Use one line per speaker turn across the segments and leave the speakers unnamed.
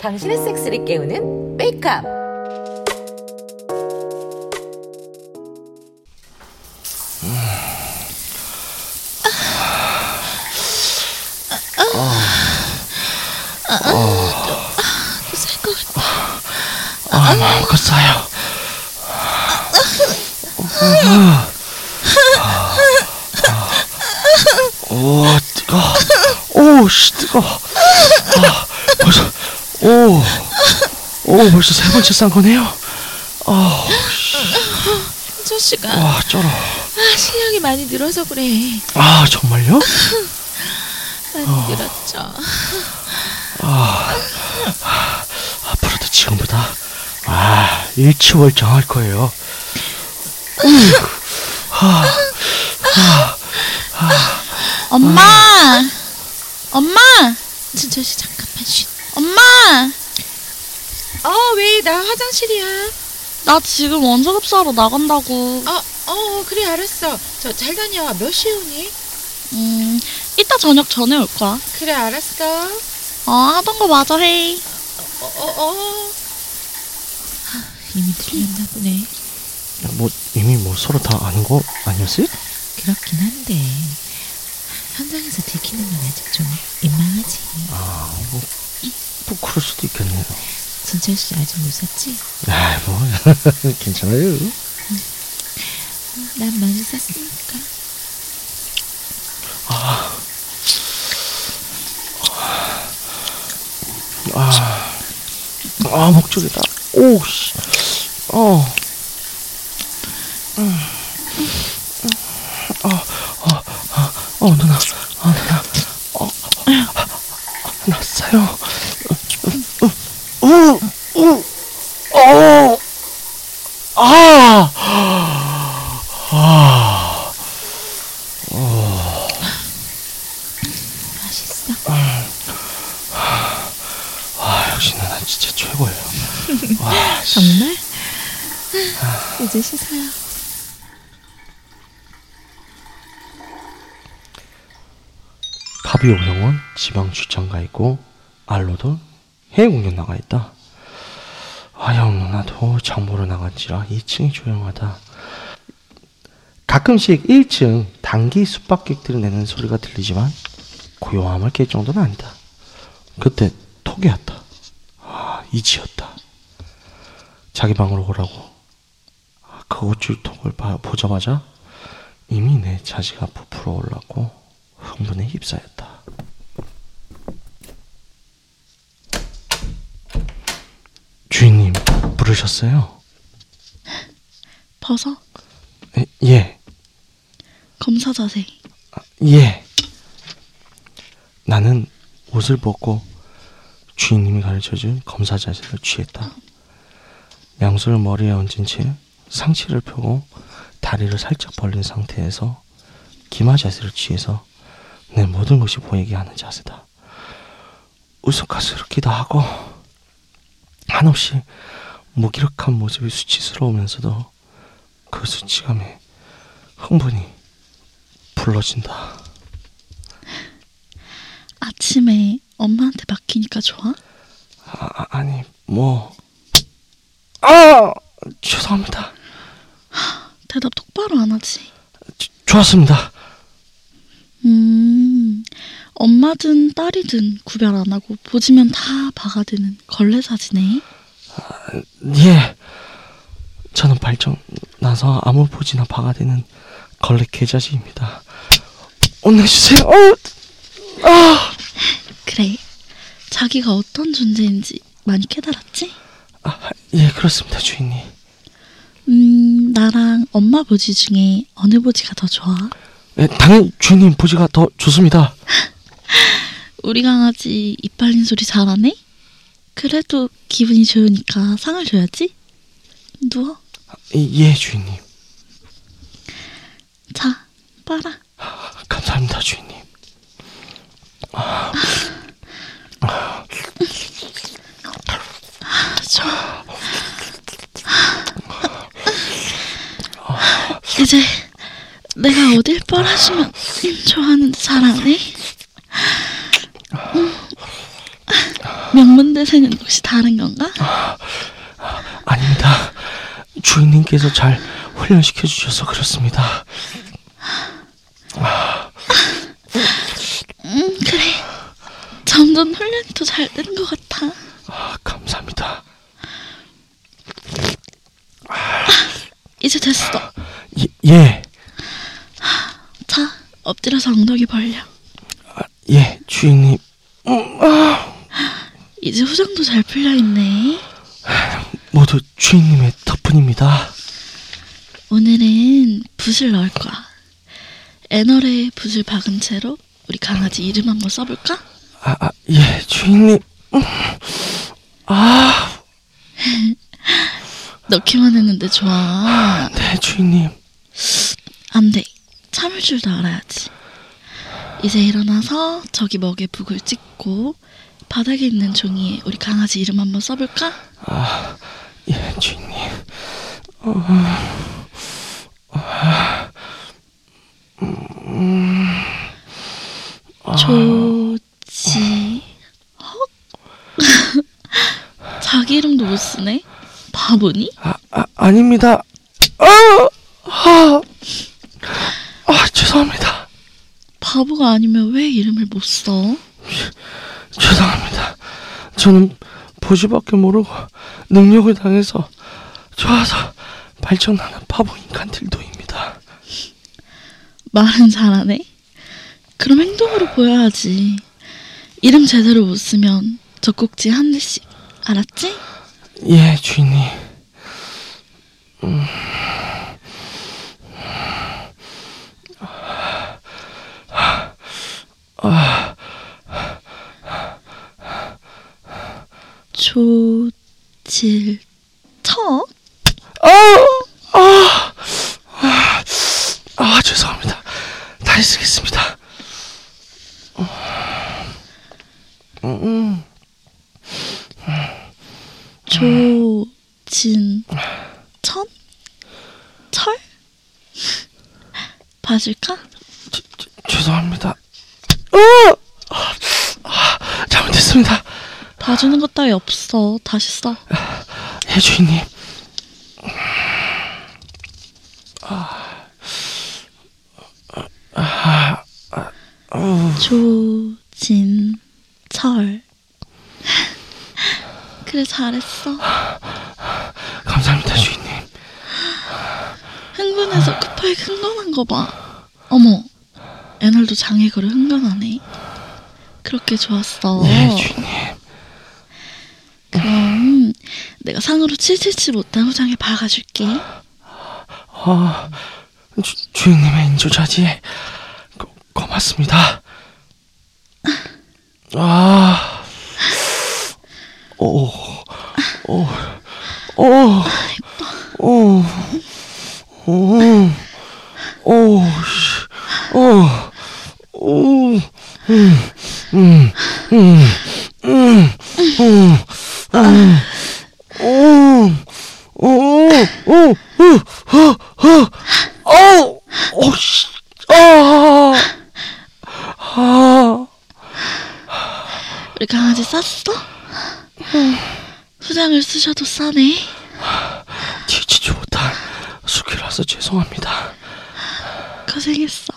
당신의 섹스를 깨우는 메이크업.
아, 먹었어요. 오, 어, 뜨거. 오, 씨, 뜨거. 아, 벌써, 오, 오, 벌써 세 번째 싼 거네요. 아,
현철씨가
와, 쩔어.
아, 신경이 많이 늘어서 그래
아, 정말요?
많이 늘었죠
앞으로도 지금보다 아 일치월장할 거예요.
엄마 엄마 진철씨 잠깐만 쉰 엄마
어, 왜? 나 화장실이야.
나 지금 원작업사로 나간다고
어, 어, 그래, 알았어. 저 잘 다녀와. 몇 시에 오니?
음 이따 저녁 전에 올 거야
그래, 알았어.
어 하던 거 마저 해
어, 어, 어.
이미 들렸나 보네
뭐 이미 뭐 서로 다 아는 거 아니었어요?
그렇긴 한데 현장에서 들키는 건 아직 좀 민망하지.
뭐 그럴 수도 있겠네요.
진철 씨 아직 못 샀지?
아, 뭐 괜찮아요.
난 많이 샀으니까.
아, 목적이다. 오, 씨. 어. 어, 어, 어, 어, 누나, 어, 누나, 어, 났어요. 음, 우, 우, 음. 어, 아,
맛있어
아, 역시 누나 진짜 최고예요. 와, 씨.
정말? 이제 씻어요.
파비 오영원 지방 출장 가 있고 알로도 해외 공연 나가 있다. 아영 누나도 장보러 나간지라 2층이 조용하다. 가끔씩 1층 단기 숙박객들이 내는 소리가 들리지만 고요함을 깰 정도는 아니다. 그때 톡이 왔다. 아, 이지였다. 자기 방으로 오라고. 아, 그 어쩔 톡을 봐- 보자마자 이미 내 자지가 부풀어 올랐고 흥분에 휩싸였다. 주인님 부르셨어요?
벗어
에, 예,
검사 자세
아, 예. 나는 옷을 벗고 주인님이 가르쳐준 검사 자세를 취했다. 양수를 머리에 얹은 채 상체를 펴고 다리를 살짝 벌린 상태에서 기마 자세를 취해서 내 모든 것이 보이게 하는 자세다. 우스꽝스럽기도 하고 한없이 무기력한 모습이 수치스러우면서도 그 수치감에 흥분이 불러진다.
아침에 엄마한테 맡기니까 좋아?
아, 아, 아니 뭐 아! 죄송합니다.
대답 똑바로 안 하지
조- 좋았습니다.
음, 엄마든 딸이든 구별 안 하고 보지면 다 바가 되는 걸레 사진에
예. 저는 발정 나서 아무 포지나 바가 되는 걸레 계좌지입니다. 혼내주세요. 어! 아,
그래 자기가 어떤 존재인지 많이 깨달았지?
아, 예 그렇습니다 주인님.
음, 나랑 엄마 보지 중에 어느 보지가 더 좋아?
예, 당연히 주인님 포지가 더 좋습니다.
우리 강아지 이빨린 소리 잘하네? 그래도 기분이 좋으니까 상을 줘야지. 누워.
이- 예 주인님.
자, 빨아.
감사합니다 주인님.
이제 내가 어딜 뻔하시면 좋아하는데 잘 안 해? 음. 명문대생은 혹시 다른 건가?
아닙니다. 주인님께서 잘 훈련시켜 주셔서 그렇습니다.
음 그래 점점 훈련이 더 잘 되는 것 같아
아, 감사합니다.
이제 됐어
예, 예,
자 엎드려서 엉덩이 벌려
예, 주인님.
이제 후장도 잘 풀려있네
모두 주인님의 덕분입니다.
오늘은 붓을 넣을 거야 애널에 붓을 박은 채로 우리 강아지 이름 한번 써볼까?
아, 아, 예, 주인님.
넣기만 했는데 좋아
네, 주인님.
안돼 아, 참을 줄도 알아야지 이제 일어나서 저기 먹에 북을 찍고 바닥에 있는 종이에 우리 강아지 이름 한번 써볼까?
아, 예, 주인님.
조지 헉? 자기 이름도 못 쓰네 바보니?
아, 아 아닙니다. 아, 아, 아, 죄송합니다.
바보가 아니면 왜 이름을 못 써?
죄송합니다. 저는 보시밖에 모르고 능력을 당해서 좋아서 발전하는 바보 인간들도입니다.
말은 잘하네 그럼 행동으로 보여야지 이름 제대로 못 쓰면 젖꼭지한 대씩 알았지?
예, 주인님. 음. 아,
조질척?
아, 아, 아, 아, 죄송합니다. 다시 쓰겠습니다.
조진천? 철? 봐줄까?
죄- 죄- 죄송합니다. 으아! 아, 잘못했습니다.
봐주는 것 따위 없어. 다시 써.
예, 주인님.
조진철. 그래, 잘했어.
감사합니다, 주인님.
흥분해서 급하게 흥건한 거 봐. 어머, 애널도 장애거를 흥건하네. 그렇게 좋았어.
예, 주인님.
그럼 음, 내가 상으로 칠칠치 못한 후장에 박아줄게.
아, 주, 주인님의 인조자지. 고, 고맙습니다. 아, 오, 오, 오, 오, 오, 오, 씨, 오, 오, 음, 음, 음, 음, 음, 음, 음. 오, 오, 오, 오, 오, 오, 오, 어, 씨, 아, 아,
우리 강아지 쌌어? 후장을 쓰셔도 싸네.
지치지 못한 숙회라서 죄송합니다.
고생했어.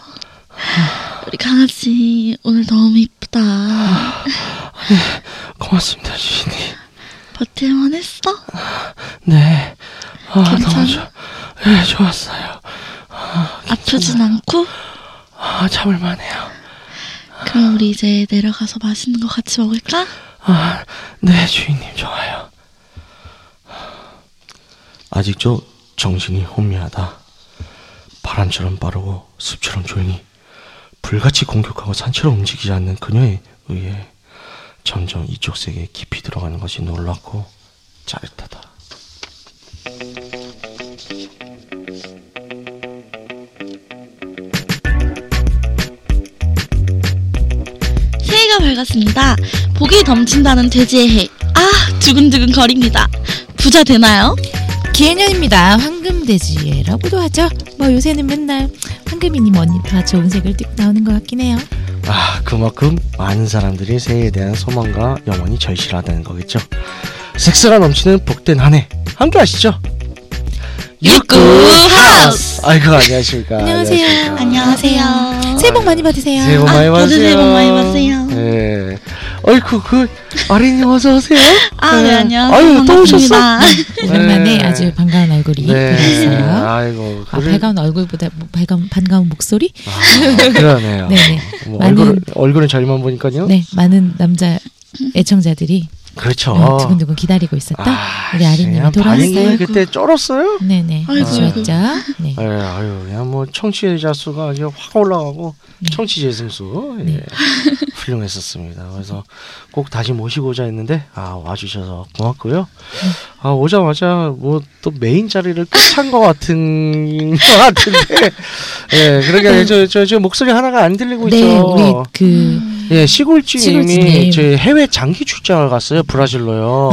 우리 강아지 오늘 너무 이쁘다.
고맙습니다, 주인님.
버틸만 했어?
네, 아,
괜찮아?
너무 좋, 예, 좋았어요.
아프진 않고?
아, 참을만해요.
그럼 우리 이제 내려가서 맛있는 거 같이 먹을까?
아, 네, 주인님 좋아요. 아직도 정신이 혼미하다. 바람처럼 빠르고 숲처럼 조용히 불같이 공격하고 산처럼 움직이지 않는 그녀에 의해 점점 이쪽 세계에 깊이 들어가는 것이 놀랍고 짜릿하다.
새해가 밝았습니다. 복이 넘친다는 돼지의 해. 아, 두근두근 거립니다. 부자 되나요?
기해년입니다. 황금돼지라고도 하죠. 뭐 요새는 맨날
황금이님 언니 다 좋은 색을 띡 나오는 것 같긴 해요.
아, 그만큼 많은 사람들이 새해에 대한 소망과 영원히 절실하다는 거겠죠. 섹스가 넘치는 복된 한 해. 함께 하시죠.
육구 하우스!
아이고, 안녕하십니까.
안녕하세요.
안녕하십니까.
안녕하세요.
새해 복 많이 받으세요.
아, 새해 복 많이
아,
받으세요.
모두 새해 복 많이 받으세요.
예. 아이쿠, 그, 아린님 어서오세요.
아, 네, 안녕하세요.
아유, 또 오셨어?
반갑습니다.
아, 오랜만에
네.
아주 반가운 얼굴이
네.
보였어요.
아이고,
아,
그래-
반가운 얼굴보다 뭐, 반가운, 반가운 목소리?
아, 그러네요.
네네.
뭐
많은-
얼굴, 얼굴은 저희만 보니까요.
네, 많은 남자 애청자들이
그렇죠.
어, 두근두근 기다리고 있었다.
아,
우리 아린님이
그냥 반응이
돌아왔어요.
그때 쫄았어요.
네네.
아이고.
좋았죠. 네.
예, 아유, 그냥 뭐 청취자 수가 이제 확 올라가고
네.
청취 재생수 예,
네.
훌륭했었습니다. 그래서 꼭 다시 모시고자 했는데 아 와주셔서 고맙고요.
네.
아 오자마자 뭐 또 메인 자리를 끝찬 것 같은 것 같은데 예, 그러니까 저저 저 목소리 하나가 안 들리고
네,
있죠.
우리 그
음.
예, 시골주님이
시골주님.
저희 해외 장기 출장을 갔어요 브라질로요.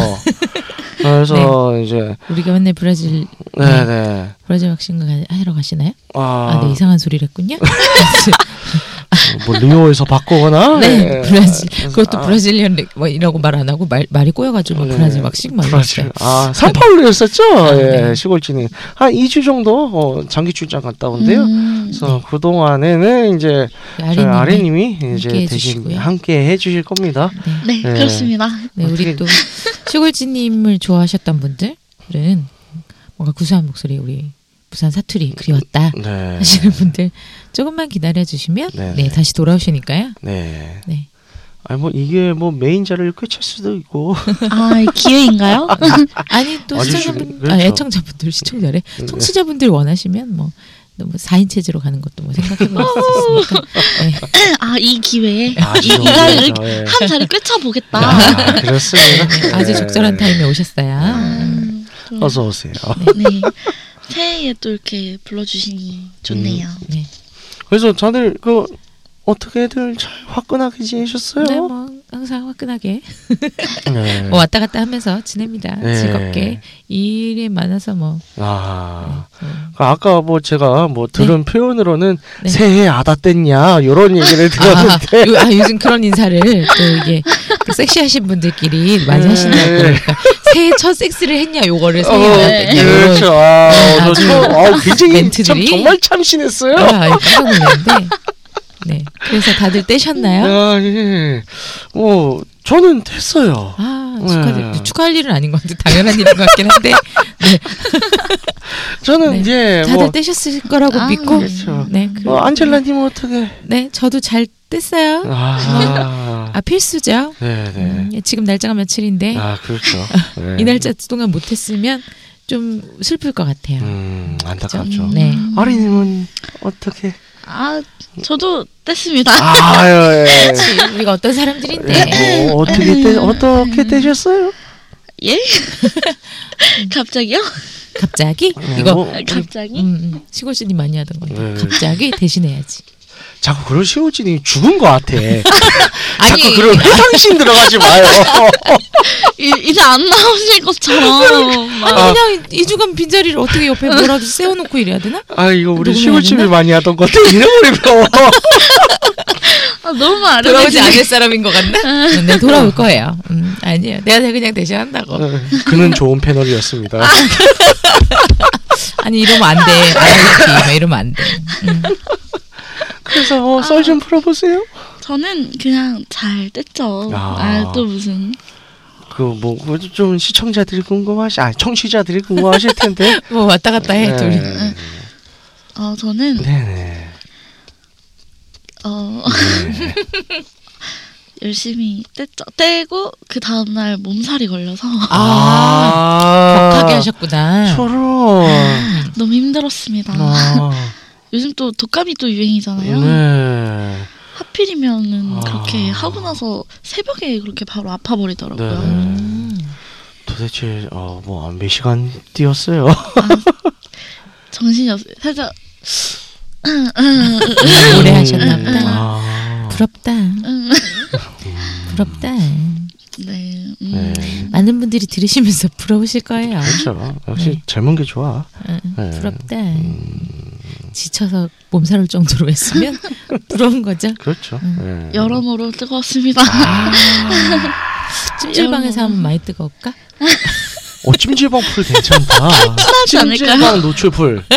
그래서
네.
이제
우리가 맨날 브라질
네네. 네.
브라질 왁싱을 가- 하러 가시나요? 아,
아,
네, 이상한 소리를 했군요.
뭐 리오에서 바꾸거나
네,
예.
브라질. 그것도
아,
브라질리언 레- 뭐 이라고 말 안 하고 말 말이 꼬여가지고
네.
브라질 왁싱 막
브라질.
이랬어요.
아, 산파울루였었죠.
네.
예, 시골지님 한 2주 정도 어, 장기 출장 갔다 온데요.
음,
그래서 그 동안에는 이제 저희
아린님.
아래님이 이제
함께
대신
해주시고요.
함께 해주실 겁니다.
네,
네.
그렇습니다.
네, 우리
어떻게-
또 시골지님을 좋아하셨던 분들은 뭔가 구수한 목소리 우리 부산 사투리 그리웠다
네,
하시는 분들 조금만 기다려 주시면
네.
네. 다시 돌아오시니까요.
네.
네,
아니 뭐 이게 뭐 메인 자를 꿰찰 수도 있고
아, 이 기회인가요?
네.
아니 또
와주시면-
시청자분, 아,
그렇죠.
애청자분들 시청자래
네.
청취자분들 원하시면 뭐 너무 4인 체제로 가는 것도 뭐 생각해볼 수 있으니까 네.
아, 이 기회에
아,
이, 이날
죄송합니다. 예.
한 자리 꿰차 보겠다.
아, 그렇습니다.
네, 아주
예.
적절한 타임에
네.
오셨어요.
어서 오세요.
음, 네. 새해에 또 이렇게 불러주시니 좋네요.
음.
네,
그래서 다들 그 어떻게들 잘 화끈하게 지내셨어요?
네, 뭐 항상 화끈하게
네.
뭐 왔다 갔다 하면서 지냅니다.
네.
즐겁게 일이 많아서 뭐
아.
음.
그 아까 뭐 제가 뭐 들은 표현으로는
네.
새해 아다 뗐냐 요런 얘기를
아,
들었는데
요- 아, 요즘 그런 인사를 또 이게 그 섹시하신 분들끼리 많이
네.
하신다고 그러니까 새해 첫 섹스를 했냐 요거를 새해
어,
네. 했냐
그렇죠. 아,
네,
오늘
아주
처음, 아, 굉장히 참,
멘트들이.
정말 참신했어요.
아, 이거 깜짝 놀랐는데 네 그래서 다들 떼셨나요?
아, 예. 뭐 저는 됐어요.
아
네.
축하 축하할 일은 아닌 건데 당연한 일인 것 같긴 한데
저는 이제
네. 다들
뭐
떼셨을 거라고
아,
믿고
그렇죠.
네, 그,
어, 안젤라님은 어떻게?
네 저도 잘 뗐어요.
아,
음. 아 필수죠.
네, 네.
음, 지금 날짜가 며칠인데
아, 그렇죠. 네.
이 날짜 동안 못했으면 좀 슬플 것 같아요.
음, 안타깝죠.
네.
음. 아리님은 어떻게?
아, 저도 뗐습니다.
아유, 예.
그치, 우리가 어떤 사람들인데
예, 뭐 어떻게 떼, 어떻게 떼셨어요?
예? 갑자기요?
갑자기
네,
이거
뭐,
갑자기?
음, 음, 시골신이 많이 하던 건데
네.
갑자기 대신해야지.
자꾸 그런 시우진이 죽은 것 같아. 자꾸
아니.
그런 회상신 들어가지 마요.
이, 이제 안 나오실
그러니까.
것처럼. 막.
아니 그냥 이 주간 빈자리를 어떻게 옆에 뭐라도 세워놓고 이래야 되나?
아 이거 우리
녹음해야
시우진이
되나?
많이 하던 건데 잃어버리면
아, 너무
돌아오지
아련해지네.
않을 사람인 것 같나? 네 돌아올 거예요. 음, 아니에요. 내가 그냥 대신한다고.
네. 그는 좋은 패널이었습니다.
아니 이러면 안 돼. 알아야지. 막 이러면 안 돼.
그래서 어, 썰좀 풀어보세요.
저는 그냥 잘 뗐죠.
아.
아, 또 무슨.
그 뭐 좀 시청자들이 궁금하시, 아 청취자들이 궁금하실 텐데.
뭐 왔다 갔다 해 둘이.
네.
어, 저는,
네네.
어,
네.
열심히 뗐죠. 떼고, 그 다음날 몸살이 걸려서
아, 격하게 하셨구나.
저런.
아.
너무 힘들었습니다.
어?
아.
요즘 또 독감이 또 유행이잖아요.
네.
하필이면은
아.
그렇게 하고 나서 새벽에 그렇게 바로 아파버리더라고요.
네.
음.
도대체 어뭐몇 시간 뛰었어요?
음,
정신이 없, 살짝,
음, 오래 하셨나 보다.
아.
부럽다.
음.
부럽다.
네. 음.
네.
많은 분들이 들으시면서 부러우실 거예요. 음, 네.
그렇죠. 역시 젊은 게 좋아.
응,
네.
부럽다. 지쳐서 몸살올 정도로 했으면 부러운 거죠.
그렇죠.
음.
예.
여러모로 뜨거웠습니다.
아.
찜질방에서 하면 많이 뜨거울까?
어, 찜질방 풀 괜찮다.
하지 않을까요?
찜질방 노출풀.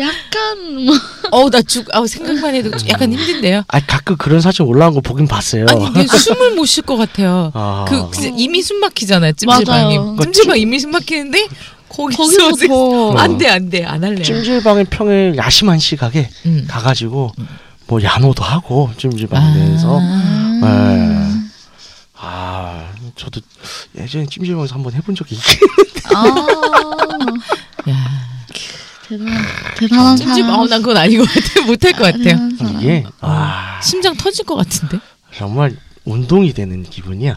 약간 뭐
어우 나 죽. 아우 생각만 해도 약간 힘든데요.
아 가끔 그런 사진 올라온 거 보긴 봤어요.
아니 이게 숨을 못 쉴 것 같아요.
아.
그 근데 이미 숨 막히잖아요. 찜질방이.
맞아요.
찜질방 이미 숨 막히는데 거기서
거기서 더.
안돼 안돼 안 할래. 요
찜질방에 평일 야심한 시각에
음. 아.
가가지고 뭐 야노도 하고 찜질방 내에서.
음.
예. 아 저도 예전에 찜질방에서 한번 해본 적이 있
아
야
대단한 대단한
찜질방.
사람.
아우 네, 난 그건 아닌 것 같아. 못할 것 같아요. 음.
대단한 사람.
이게 아
심장 터질 것 같은데.
정말 운동이 되는 기분이야.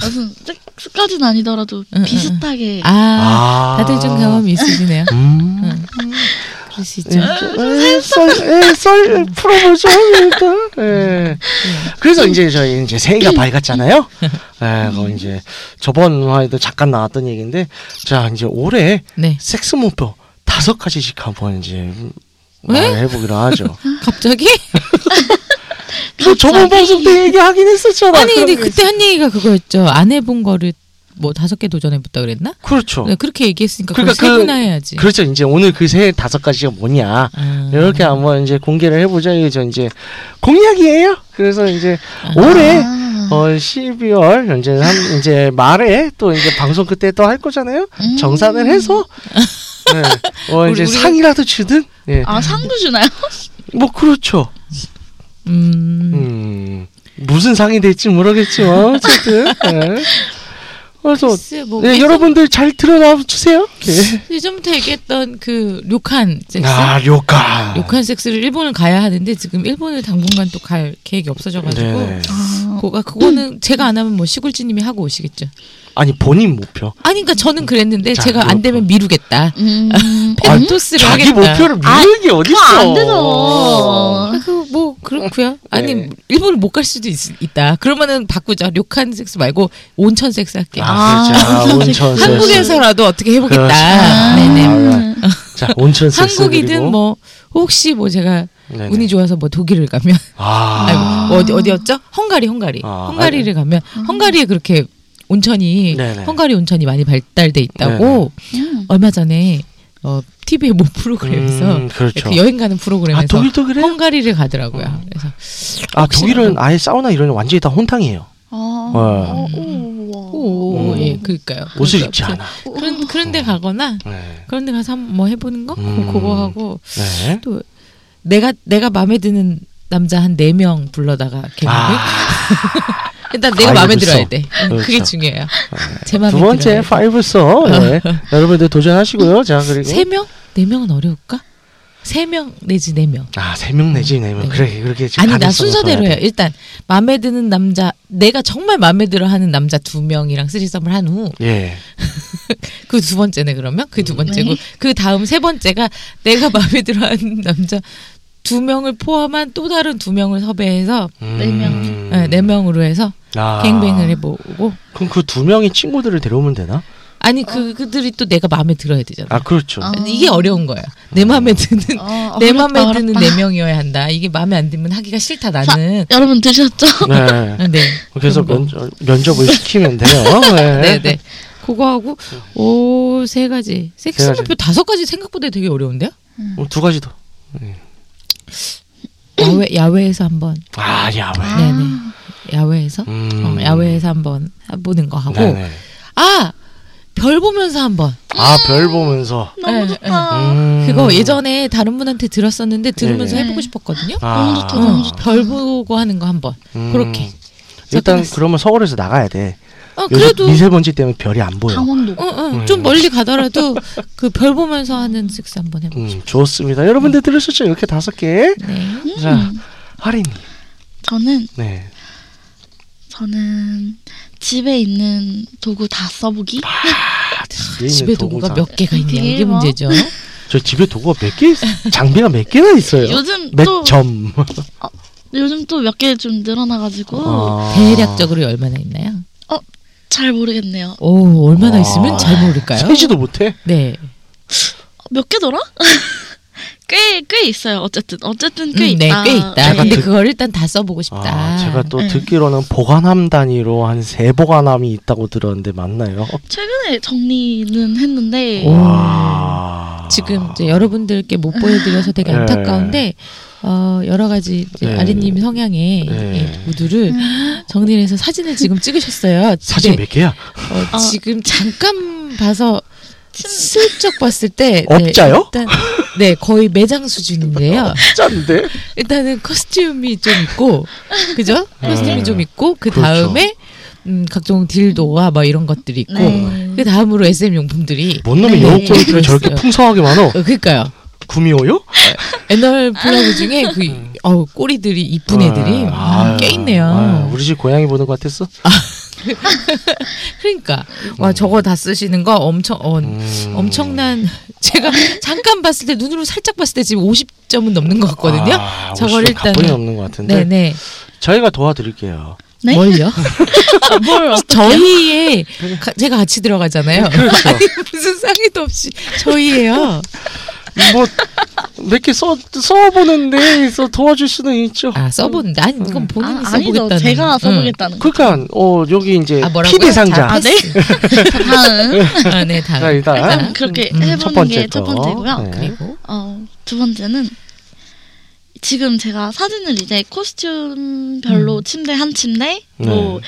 무슨 뜻까지는 아니더라도
응, 응.
비슷하게
아,
아 네.
다들 좀 경험이 있으시네요.
음.
그러시죠.
에, 썰, 에, 썰, 풀어보죠, 일단. 예. 그래서 이제 저희 이제 새해가 밝았잖아요. 예, 그거 이제 저번 화에도 잠깐 나왔던 얘기인데, 자, 이제 올해
네.
섹스 목표 다섯 가지씩 한번 이제
왜?
말을 해보기로 하죠.
갑자기?
또뭐
아,
저번 방송 때 얘기하긴 했었잖아.
아니 근데
어, 그런 게
그때 한 얘기가 그거였죠. 안 해본 거를 뭐 다섯 개 도전해봤다 그랬나?
있- 그렇죠.
네, 그렇게 얘기했으니까 그걸
그러니까
세
그-
개나 해야지.
그렇죠. 이제 오늘 그 새해 다섯 가지가 뭐냐.
아,
이렇게 한번 이제 공개를 해보자. 이제 이제 공약이에요. 그래서 이제 올해
아,
어 12월 이제 한 이제 말에 또 이제 방송 그때 또 할 거잖아요.
음.
정산을 해서 예. 어
우리-
이제
우리-
상이라도 주든 예.
아 상도 주나요?
뭐 그렇죠.
음,
음. 무슨 상이 될지 모르겠지만 어쨌든 예. 그래서
글쎄, 뭐
예,
예전-
여러분들 잘 드러나 주세요. 예.
예전부터 얘기했던 그 료칸 섹스.
아, 요가.
료칸 섹스를 일본을 가야 하는데 지금 일본을 당분간 또 갈 계획이 없어져가지고
네.
아,
그거 그거는 제가 안 하면 뭐 시골지님이 하고 오시겠죠.
아니 본인 목표.
아니 그러니까 저는 그랬는데
자,
제가 안 되면 미루겠다.
음.
아,
펜토스를
자기
하겠다.
목표를 미루는 게 어딨어? 어.
그거 안 되죠.
아, 그뭐 그렇고요. 아니
네.
일본을 못 갈 수도 있, 다 그러면은 바꾸자. 료칸 섹스 말고 온천 섹스 할게요.
아, 그렇죠. 아,
아,
온천 섹스.
한국에서라도 어떻게
그렇죠.
해보겠다.
아,
네네.
아, 자 온천 섹스
한국이든
그리고-
뭐 혹시 뭐 제가
네네.
운이 좋아서 뭐 독일을 가면
아,
아이고, 뭐 어디 어디였죠? 헝가리 헝가리
아,
헝가리를 가면 헝가리에 그렇게 온천이
네네.
헝가리 온천이 많이 발달돼 있다고
음.
얼마 전에 어, TV에 뭐 프로그램에서
음, 그렇죠.
그 여행 가는 프로그램에서
아, 독일도 그래요?
헝가리를 가더라고요. 그래서
아
혹시라도-
독일은 아예 사우나 이런 게 완전히 다 혼탕이에요.
아,
네.
어, 오, 와.
오,
음.
예, 그러니까요.
옷을
그러니까
입지
그-
않아.
그런 그런데 가거나
네.
그런데 가서 한번 뭐 해보는 거
음.
그거 하고
네.
또 내가 내가 마음에 드는 남자 한 네 명 불러다가 걔는
아,
일단 내가
파이브
마음에 들어야
써.
돼. 그게
그렇죠.
중요해요. 제 마음에
두 번째
들어야 돼.
파이브서 네. 여러분들 도전하시고요. 자 그리고
세 명? 네 명은 어려울까? 세 명 내지 네 명.
아세 명 내지 네명
네.
그래 그렇게 지금
아니 나
가능성을
순서대로
봐야
해요.
돼.
일단 마음에 드는 남자 내가 정말 마음에 들어 하는 남자 두 명이랑 쓰리썸을 한 후 그 두
예.
번째네 그러면 그 두 번째고
네.
그 다음 세 번째가 내가 마음에 들어 하는 남자 두 명을 포함한 또 다른 두 명을 섭외해서
네 명.
음.
네, 네 명으로 해서
아.
갱뱅을 해보고
그럼 그 두 명의 친구들을 데려오면 되나?
아니 그 그들이 또 내가 마음에 들어야 되잖아.
아 그렇죠.
아.
이게 어려운 거야. 내 마음에 드는
어,
내
어렵다,
마음에 드는
어렵다.
네 명이어야 한다. 이게 마음에 안 들면 하기가 싫다 나는.
여러분 들으셨죠?
네.
네.
그래서
그런 거.
면접, 면접을 시키면 돼요.
네, 네. 그거 하고 오 세 가지. 섹스
세 가지.
목표 다섯 가지 생각보다 되게 어려운데요?
어, 두 가지 더.
야외 야외에서 한번.
아 야외.
네, 네. 야외에서
음.
어, 야외에서 한번 해보는 거 하고
네네.
아 별 보면서 한번.
아별 보면서.
네,
너무 좋다.
음.
그거 예전에 다른 분한테 들었었는데 들으면서
네,
네.
해보고 싶었거든요.
아.
너무 좋다,
어,
너무 좋다.
별 보고 하는 거 한번.
음.
그렇게.
일단
접근했어.
그러면 서울에서 나가야 돼.
어
요새
그래도
미세먼지 때문에 별이 안 보여.
강원도.
어, 어,
음.
좀 멀리 가더라도 그 별 보면서 하는 섹스 한번 해봐.
음, 좋습니다. 여러분들 들으셨죠? 이렇게 다섯 개.
네.
자, 할인님.
저는
네.
아,
저는 집에 있는 도구 다 써보기.
아, 집에 있는
집에 도구가
도구상.
몇 개가 있냐
그게
이게
뭐?
문제죠.
저 집에 도구가 몇 개? 있- 장비가 몇 개나 있어요?
요즘
몇
또
점?
요즘 또 몇 개 좀 늘어나가지고
아.
대략적으로 얼마나 있나요?
잘 모르겠네요.
오 얼마나
아.
있으면 잘 모를까요?
세지도 못해.
네.
몇 개더라? 꽤, 꽤 있어요. 어쨌든, 어쨌든 꽤
음, 네,
있다.
꽤 있다.
제가
근데
듣-
그걸 일단 다 써보고 싶다.
아, 제가 또
네.
듣기로는 보관함 단위로 한 세 보관함이 있다고 들었는데 맞나요?
최근에 정리는 했는데,
오.
와.
지금 이제 여러분들께 못 보여드려서 되게
네.
안타까운데 어, 여러 가지 이제
네.
아리님 성향의
네.
예, 구두를 정리를 해서 사진을 지금 찍으셨어요.
사진
근데,
몇 개야?
어, 지금 잠깐 봐서 슬쩍 봤을 때
업자요?
네, 일단, 네 거의 매장 수준인데요.
어, 짠데?
일단은 커스튬이 좀 있고 그죠?
네. 그렇죠.
커스튬이 좀 있고 그 다음에 음, 각종 딜도와 뭐 이런 것들이 있고
네.
그 다음으로 SM 용품들이
뭔 놈의
네.
여우꼬리를 저렇게
그랬어요.
풍성하게 많어?
어, 그러니까요.
구미호요?
애널
아.
플러그 중에 그 어우 꼬리들이 이쁜 애들이
음. 네. 아유,
꽤 있네요.
아유, 우리 집 고양이 보는 것 같았어?
그러니까 와 저거 다 쓰시는 거 엄청 어,
음.
엄청난 제가 잠깐 봤을 때 눈으로 살짝 봤을 때 지금 50점은 넘는 것 같거든요.
아,
저걸
옷이
일단은-
가뿐히 없는 것 같은데
네네
저희가 도와드릴게요.
네?
뭘요?
아,
뭘, 어떻게-
저희의 가- 제가 같이 들어가잖아요.
그렇죠.
아니 무슨 상의도 없이 저희예요.
뭐 몇 개 써 써보는데서 도와줄 수는 있죠.
아 써본 아니
음.
이건 본인이
아, 아니죠.
써보겠다는. 음.
제가
응.
써보겠다는 거.
그러니까 어 여기 이제
아, 뭐라고요?
피디 상자
자,
아, 네? 자, 다음.
아, 네
자,
다음
일단
일단 그렇게
음,
첫
해보는
번째
게 첫
거.
번째고요.
네.
그리고
어, 두 번째는 지금 제가 사진을 이제 코스튬별로
음.
침대 한 침대,
네.
뭐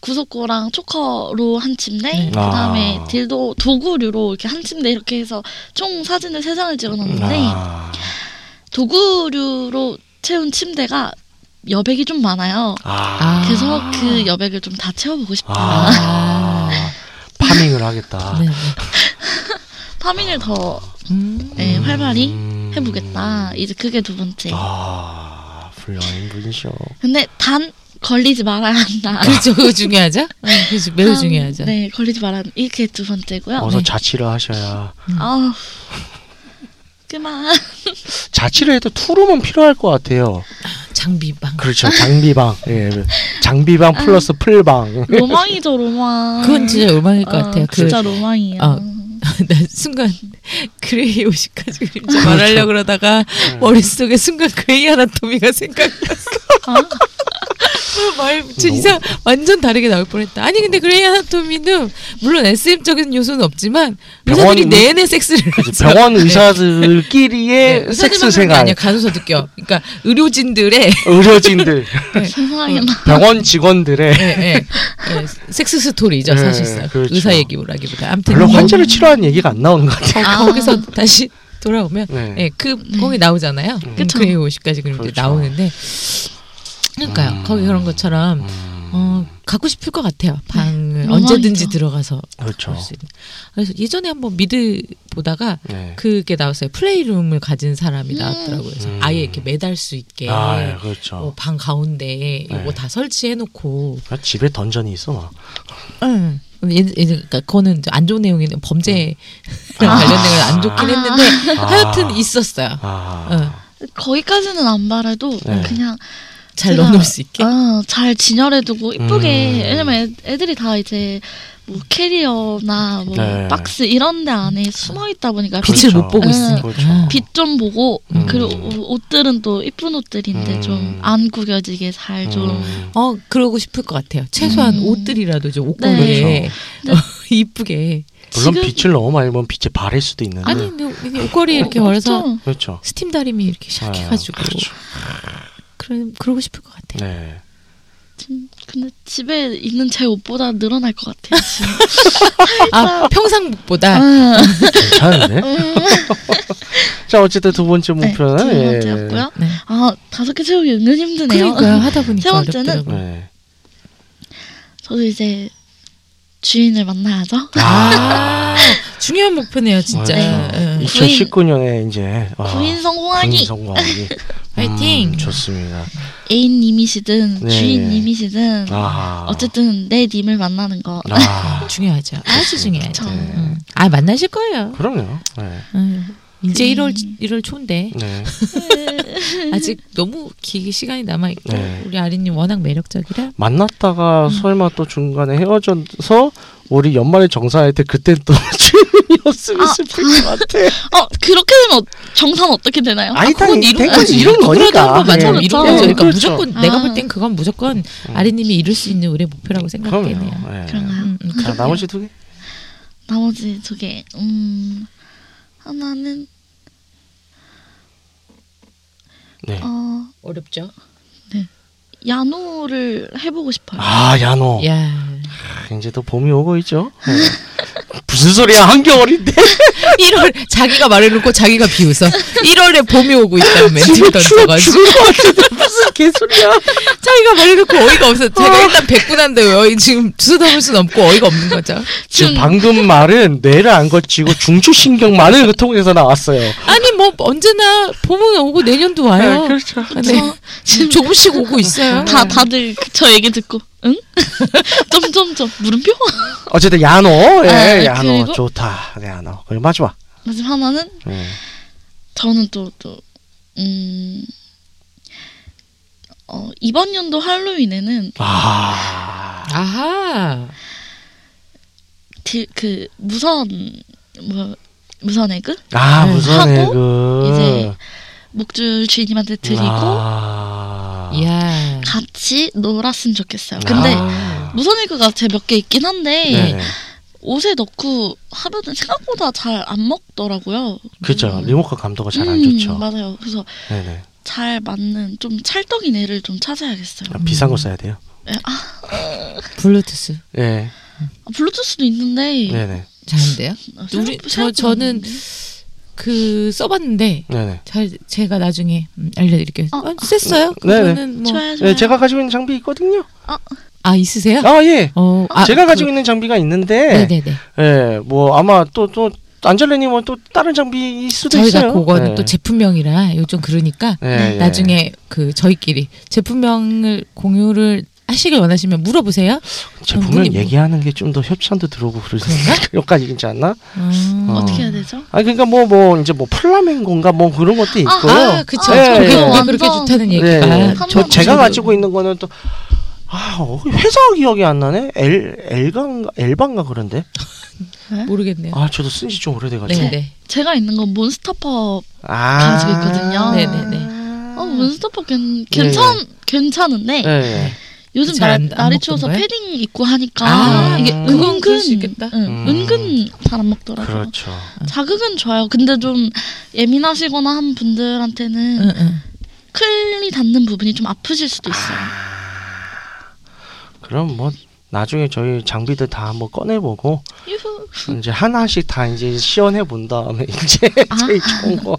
구석고랑 초커로 한 침대,
네.
그다음에
아.
딜도 도구류로 이렇게 한 침대 이렇게 해서 총 사진을 세 장을 찍어놨는데
아,
도구류로 채운 침대가 여백이 좀 많아요.
아,
그래서 그 여백을 좀 다 채워보고 싶다.
아. 파밍을 하겠다.
네. 네.
파밍을 더
음.
네, 활발히
음.
해보겠다. 이제 그게 두 번째.
아 훌륭한 분이셔.
근데 단 걸리지 말아야 한다.
그렇죠. 그거 중요하죠. 응, 그렇죠. 매우
음,
중요하죠.
네, 걸리지 말아야 한다. 이게 두 번째고요.
어서
네.
자취를 하셔야
아우. 그만.
자취를 해도 투룸은 필요할 것 같아요.
장비방.
그렇죠. 장비방. 예. 장비방 플러스
음.
풀방.
로망이죠, 로망.
그건 진짜 욕망일 것
아,
같아요. 그,
진짜 로망이에요.
아, 나 순간 그레이 옷까지
아,
그림자 말하려
그렇죠.
그러다가
네.
머릿속에 순간 그레이 아나토미가 생각났어.
아,
말 진짜
뭐.
이상 완전 다르게 나올 뻔했다. 아니 근데 그레이 아나토미는 물론 SM적인 요소는 없지만 의사들이
병원-
내내 섹스를
그치,
하죠.
병원
네.
의사들끼리의
네, 의사들만
섹스
그런 게
생활.
아니야 간호사도 껴. 그러니까 의료진들의
의료진들,
네.
세상에.
병원 직원들의
예, 예. 예, 섹스 스토리죠
예,
사실상
그렇죠.
의사 얘기라기보다 아무튼
별로
뭐,
환자를 치료하는 얘기가 안 나오는 것 같아요.
거- 거기서 다시 돌아오면
네.
예, 그 거기 나오잖아요.
음. 그쵸.
그의 50까지 그림들
그렇죠. 음.
나오는데 그러니까요. 거기 그런 것처럼 어, 갖고 싶을 것
네.
같아요. 방을
로망이죠.
언제든지 들어가서
그렇죠.
볼 수 있는. 그래서 예전에 한번 미드 보다가
네.
그게 나왔어요. 플레이룸을 가진 사람이 나왔더라고요. 그래서
음.
아예 이렇게 매달 수 있게
아, 예, 그렇죠.
어, 방 가운데 이거
네.
다 설치해놓고
아, 집에 던전이 있어. 막.
응. 얘, 얘, 그러니까 그거는 이제 안 좋은 내용이 범죄랑 관련된 건 안 좋긴
아.
했는데
아.
하여튼 있었어요.
아,
응.
거기까지는 안 바래도
네.
그냥
잘
제가-
넣어놓을 수 있게.
어, 잘 진열해두고 이쁘게.
음.
왜냐면 애- 애들이 다 이제 뭐 캐리어나 뭐
네.
박스 이런 데 안에 숨어 있다 보니까
빛을
그렇죠.
못 보고
응.
있으니까. 음.
그렇죠.
빛 좀 보고
음.
그리고 옷- 옷들은 또 이쁜 옷들인데
음.
좀 안 구겨지게 잘 좀
음.
어 그러고 싶을 것 같아요. 최소한
음.
옷들이라도 좀 옷걸이에
그렇죠.
어, 이쁘게.
물론
지금-
빛을 너무 많이 보면 빛에 바를 수도 있는데.
아니 근데 이게 옷걸이 이렇게
어,
걸어서
없죠?
그렇죠.
스팀 다림이 이렇게 샥
아,
해가지고
그렇죠.
그런 그러고 싶을 것 같아요.
네.
진- 근데 집에 있는 제 옷보다 늘어날 것 같아요. 지금.
아 평상복보다
아,
괜찮은데? 자, 어쨌든 두 번째
네, 두
목표는 예.
번째였고요.
네.
아 다섯 개 채우기 은근 힘드네요.
그러니까요 하다 보니까
세 번째는-
예.
어렵더라고요.
네.
저도 이제 주인을 만나야죠.
아 중요한 목표네요 진짜.
맞아.
응.
그렇죠. 2019년에 이제 아,
구인 성공하기
구인 성공하기.
화이팅!
음, 좋습니다.
애인님이시든
네.
주인님이시든
아.
어쨌든 내 님을 만나는 거.
아.
중요하죠. 아주 중요하죠.
그쵸.
네.
응. 아 만나실 거예요.
그럼요. 네.
응. 이제
음.
1월 1월 초인데
네.
아직 너무 기 시간이 남아 있고
네.
우리 아린님 워낙 매력적이라 음.
만났다가 설마 또 중간에 헤어져서 우리 연말에 정산할 때 그때 또 사람이 없으면
아,
슬플 것 같아.
어 그렇게 되면 어- 정산 어떻게 되나요?
아니,
그건
당연히
이런
당연히
거지.
이런
누구라도
거니까.
한번 맞춰
예,
이런 거죠.
그렇죠.
그러니까
그렇죠.
무조건
아.
내가 볼 땐 그건 무조건 아리님이 이룰 수 있는 우리의 목표라고 생각해요.
예.
그런가요?
음, 음,
자,
그럼요.
나머지 두 개.
나머지 두 개. 음 하나는
네.
어 네.
어렵죠.
야노를 해보고 싶어요.
아, 야노.
예. 야,
아, 이제 또 봄이 오고 있죠. 예. 무슨 소리야? 한겨울인데.
1월 자기가 말해놓고 자기가 비웃어. 1월에 봄이 오고 있다는 멘트를
지금 추워
던져가지고
죽을 것 같은데 무슨 개소리야?
자기가 말해놓고 어이가 없어. 자기가 일단 백분한데 왜 지금 주워담을 순 없고 어이가 없는 거죠.
음.
지금 방금 말은 뇌를 안 거치고 중추신경만을 그 통해서 나왔어요.
아니 뭐 언제나 봄은 오고 내년도 와요. 그렇죠.
저 지금
조금씩 오고 있어요.
다 다들 그- 저 얘기 듣고 응? 점점점 물음표?
어쨌든 야노, 예,
아,
야노
그리고-
좋다, 네, 야노. 그리고 마지막.
마지막 하나는
예.
저는 또또음어 어, 이번 연도 할로윈에는
아,
아하.
디, 그 무선 뭐 무선 에그
아 무슨
음, 하고
애그
이제 목줄 주인님한테 드리고
아.
이야.
같이 놀았으면 좋겠어요. 근데
아.
무선 에그가 제 몇 개 있긴 한데
네.
옷에 넣고 하면은 생각보다 잘 안 먹더라고요.
그렇죠. 리모컨 감도가 잘 안
음,
좋죠.
맞아요. 그래서
네네.
잘 맞는 좀 찰떡인 애를 좀 찾아야겠어요. 예,
아, 비싼 거 써야 돼요.
블루투스.
예.
아, 블루투스도 있는데
네네.
잘안돼요
아,
우리-
생각-
저-
생각보다
저는
없는데.
그 써봤는데
네네.
잘 제가 나중에 음, 알려드릴게요.
어.
아, 셌어요?
네네.
그거는 뭐.
좋아요, 좋아요.
예, 제가 가지고 있는 장비 있거든요.
아 있으세요?
아 예.
어. 아,
제가
그-
가지고 있는 장비가 있는데
네네네.
예, 뭐 아마 또 또 안젤레님은 뭐 또 다른 장비일 수도
저희가
있어요.
그거는
예.
또 제품명이라 요즘 그러니까
예, 예.
나중에 그 저희끼리 제품명을 공유를 하시길 원하시면 물어보세요.
제품을
분이 뭐-
얘기하는 게 좀 더 협찬도 들어오고 그러지 여기까지 있지 않나?
음.
어.
어떻게 해야 되죠?
아 그러니까 뭐 뭐 이제 뭐 플라멩고인가 뭐 그런 것도 있고요.
아, 그쵸.
예,
그게,
예.
그게
완전-
그렇게 좋다는
예,
얘기가.
예. 저
한번
제가
저도-
가지고 있는 거는 또 아, 어, 회사 기억이 안 나네. 엘 엘간가 엘반가 그런데.
모르겠네요.
아, 저도 쓴 지 좀 오래돼 가지고.
네네.
제가 있는 건 몬스터팝.
아.
가지고 있거든요.
네네네.
어,
음.
몬스터팝 괜,
예.
괜찮 괜찮은데
예, 예.
요즘
네, 잘
날
안- 안
날이
먹던
추워서
거예요?
패딩 입고 하니까
아,
이게
음.
그건 그럴 수
은근
있겠다.
음.
응, 은근 잘 안 먹더라고요.
그렇죠.
자극은 좋아요. 근데 좀 예민하시거나 한 분들한테는
응, 응.
클이 닿는 부분이 좀 아프실 수도 있어요.
그럼 뭐 나중에 저희 장비들 다 한번 꺼내 보고
유후.
음. 이제 하나씩 다 이제 시연해 본 다음에 이제
아.
제일 좋은 거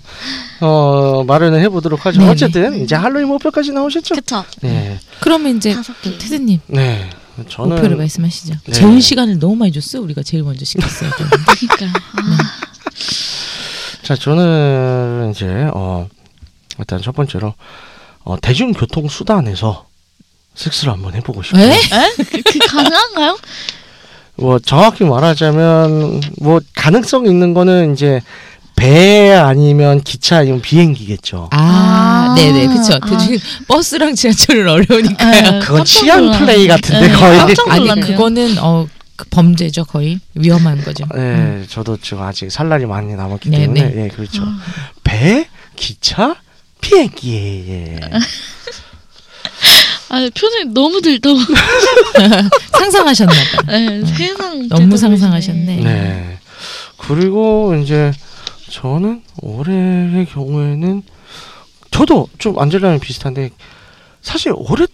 어, 마련을 해 보도록 하죠.
네네.
어쨌든 이제 할로윈 목표까지 나오셨죠?
그쵸?
네.
그러면 이제
다섯 개.
테드님
네. 저는
목표를 말씀하시죠.
네.
재운 시간을 너무 많이 줬어. 우리가 제일 먼저 시켰어요.
그러니까요. 아,
자, 저는 이제 어 일단 첫 번째로 어 대중교통 수단에서 섹스를 한번 해보고 싶어요.
에?
에? 그, 그 가능한가요?
뭐 정확히 말하자면 뭐 가능성 있는 거는 이제 배 아니면 기차 아니면 비행기겠죠.
아,
아.
네네, 그쵸.
아.
대충 버스랑 지하철은 어려우니까요.
에,
그건
깜짝
치안
놀랐네.
플레이 같은데
네,
거의.
깜짝
아니
놀랐네요.
그거는 어 그 범죄죠 거의 위험한 거죠. 음.
네, 저도 지금 아직 살 날이 많이 남았기
네,
때문에
네.
예, 그렇죠. 배, 기차, 비행기. 예, 예.
아, 표정이 너무 들떠고.
상상하셨나 봐.
네, 세상.
너무
들떠보시네.
상상하셨네.
네. 그리고 이제 저는 올해의 경우에는 저도 좀 안젤라랑 비슷한데 사실 오래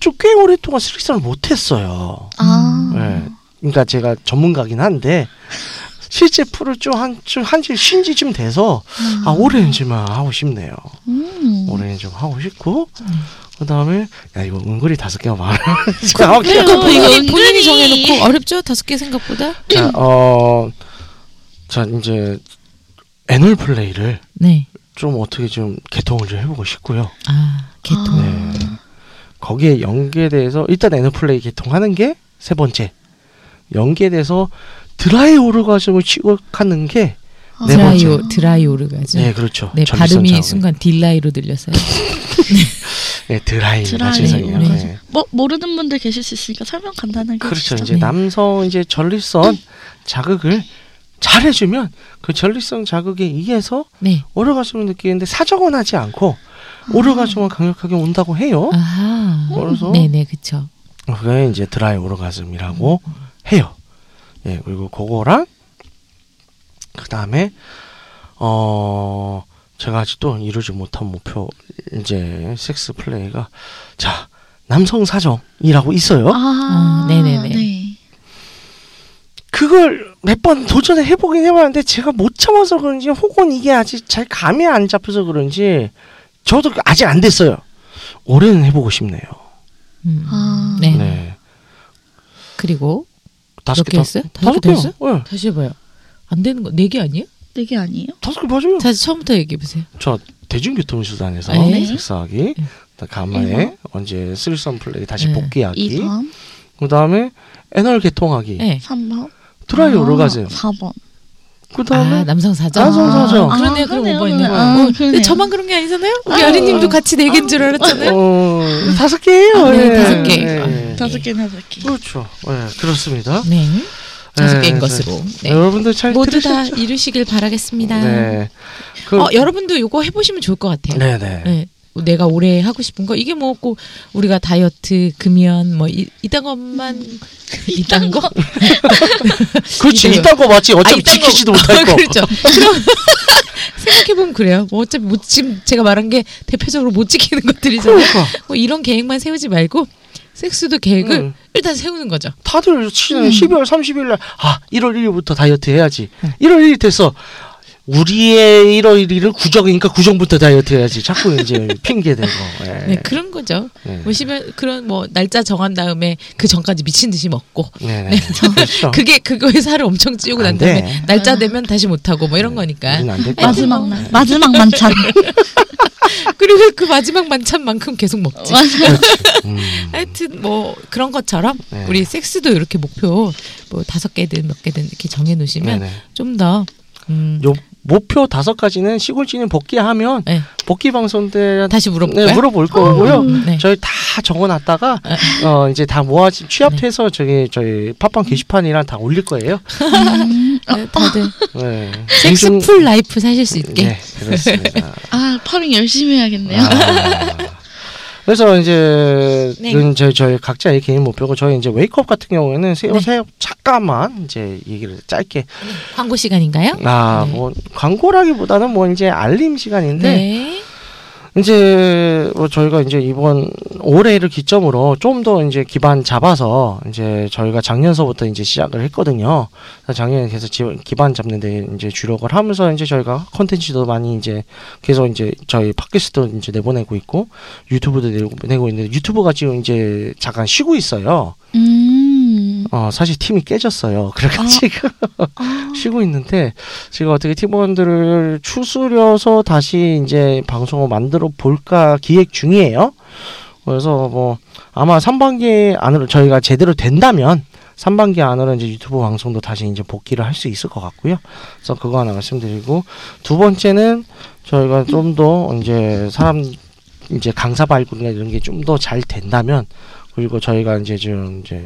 좀꽤 오랫동안 스릭스를 못했어요.
아.
음.
네. 그러니까 제가 전문가긴 한데 실제 프로 좀한한지 쉰지 좀 돼서 아
음.
올해는 좀 하고 싶네요.
음.
올해는 좀 하고 싶고 그 다음에 야 이거 은근히 다섯 개가 많아.
그래요.
그러니까 본인이,
은근히.
본인이 정해놓고 어렵죠 다섯 개 생각보다.
자, 어, 자 이제 애널 플레이를
네.
좀 어떻게 좀 개통을 좀 해보고 싶고요.
아 개통.
아.
네. 거기에 연계돼서 일단 애널 플레이 개통하는 게 세 번째. 연계돼서 드라이 오르가즘을 취급하는 게
아.
네 번째.
드라이오 드라이 오르가죠.
네,
네.
그렇죠. 전립선
발음이
자극.
순간 딜라이로 들렸어요.
네, 드라이
드라이
죄송해요.
오르가즘.
네.
뭐, 모르는 분들 계실 수 있으니까 설명 간단하게
그렇죠.
해주시죠.
이제
네.
남성 이제 전립선 자극을 잘해주면 그 전립선 자극에 의해서
네.
오르가즘을 느끼는데 사정은 하지 않고 오르가즘은 강력하게 온다고 해요.
아하.
그래서
네네 그쵸.
그게 이제 드라이 오르가즘이라고 해요. 예, 그리고 그거랑 그 다음에 어 제가 아직도 이루지 못한 목표 이제 섹스 플레이가 자 남성 사정이라고 있어요.
아,
아, 네네네.
네.
그걸 몇 번 도전해 해보긴 해봤는데 제가 못 참아서 그런지 혹은 이게 아직 잘 감이 안 잡혀서 그런지 저도 아직 안 됐어요. 올해는 해보고 싶네요.
음.
아.
네.
네.
그리고
다섯
몇
개
개
다-
했어요? 다섯
다섯
개
개
했어요?
예.
다시 해봐요. 안 되는 거 네 개 아니에요?
되게 아니에요?
다섯 개 맞아요.
다시 처음부터 얘기해 보세요.
저 대중교통수단에서
네.
섹스하기,
네.
가마에 언제 쓰리썸 플레이 다시
네.
복귀하기,
2번,
그 다음에 애널 개통하기,
네.
3번,
드라이
아,
오르가즘,
4번.
그
아
다음에
남성 사정.
남성 사정.
아, 그러네요.
아,
그럼
그러네요,
오버했네.
그러네요. 아,
어, 근데
그러네요.
저만 그런 게 아니잖아요. 우리
아,
아, 린님도
아,
같이 네 개인 줄 알았잖아요.
어, 다섯 개예요.
아, 네,
예.
다섯 개.
예.
아.
다섯 개나 다섯 개.
그렇죠. 예, 그렇습니다.
네. 다섯
예,
개인
네.
것으로. 네.
여러분들 잘
모두 다
들으셨죠?
이루시길 바라겠습니다.
네. 그,
어, 여러분도 이거 해보시면 좋을 것 같아요.
네, 네.
네. 내가 올해 하고 싶은 거 이게 뭐 꼭 우리가 다이어트, 금연 뭐 이, 이딴 것만 음. 이딴 거?
그렇지.
이거-
이딴 거 맞지.
아,
어차피
이딴 거-
지키지도 못할 거.
그렇죠. 그럼 생각해 보면 그래요. 뭐 어차피 못 지금 제가 말한 게 대표적으로 못 지키는 것들이잖아요.
그러니까.
뭐 이런 계획만 세우지 말고 섹스도 계획을
음.
일단 세우는 거죠.
다들 치는
음.
12월 30일 날, 아, 1월 1일부터 다이어트 해야지. 1월 1일 됐어. 우리의 1월 1일은 구정이니까 구정부터 다이어트 해야지. 자꾸 이제 핑계 대고. 예.
네, 그런 거죠.
네.
보시면 그런 뭐 날짜 정한 다음에 그 전까지 미친 듯이 먹고
네, 네. 그렇죠.
그게 그거에 살을 엄청 찌우고
안
난
돼. 음.
다음에 날짜 되면 다시 못 하고 뭐 이런 거니까.
우리는 안 될 거야.
아, 마지막 날, 마지막 만찬.
그리고 그 마지막 만찬만큼 계속 먹지.
음.
하여튼 뭐 그런 것처럼
네.
우리 섹스도 이렇게 목표 뭐 다섯 개든 몇 개든 이렇게 정해 놓으시면
네네.
좀 더 음,
요 목표 다섯 가지는 시골지는 복귀하면
네,
복귀 방송 때
다시 물어볼
네,
거야.
물어볼 거고요.
네.
저희 다 적어놨다가 어 이제 다 모아 취합해서
네.
저기 저희 팟빵
음.
게시판이랑 다 올릴 거예요.
음,
네, 다들
네. 공중-
섹스풀 라이프 사실 수 있게.
네, 그렇습니다.
아, 파밍 열심히 해야겠네요.
아. 그래서 이제
네.
는 저희, 저희 각자의 개인 목표고 저희 이제 웨이크업 같은 경우에는 세,
네.
세 잠깐만 이제 얘기를 짧게
광고 시간인가요? 네.
아뭐 광고라기보다는 뭐 이제 알림 시간인데
네.
이제 뭐 저희가 이제 이번 올해를 기점으로 좀 더 이제 기반 잡아서 이제 저희가 작년서부터 이제 시작을 했거든요. 그래서 작년에 계속 지, 기반 잡는데 이제 주력을 하면서 이제 저희가 컨텐츠도 많이 이제 계속 이제 저희 팟캐스트도 이제 내보내고 있고 유튜브도 내보내고 있는데 유튜브가 지금 이제 잠깐 쉬고 있어요.
음,
어 사실 팀이 깨졌어요. 그래가지고
아,
쉬고 있는데 지금 어떻게 팀원들을 추스려서 다시 이제 방송을 만들어 볼까 기획 중이에요. 그래서 뭐 아마 3반기 안으로 저희가 제대로 된다면 3반기 안으로 이제 유튜브 방송도 다시 이제 복귀를 할 수 있을 것 같고요. 그래서 그거 하나 말씀드리고 두 번째는 저희가 좀 더 이제 사람 이제 강사 발굴이나 이런 게 좀 더 잘 된다면 그리고 저희가 이제 좀 이제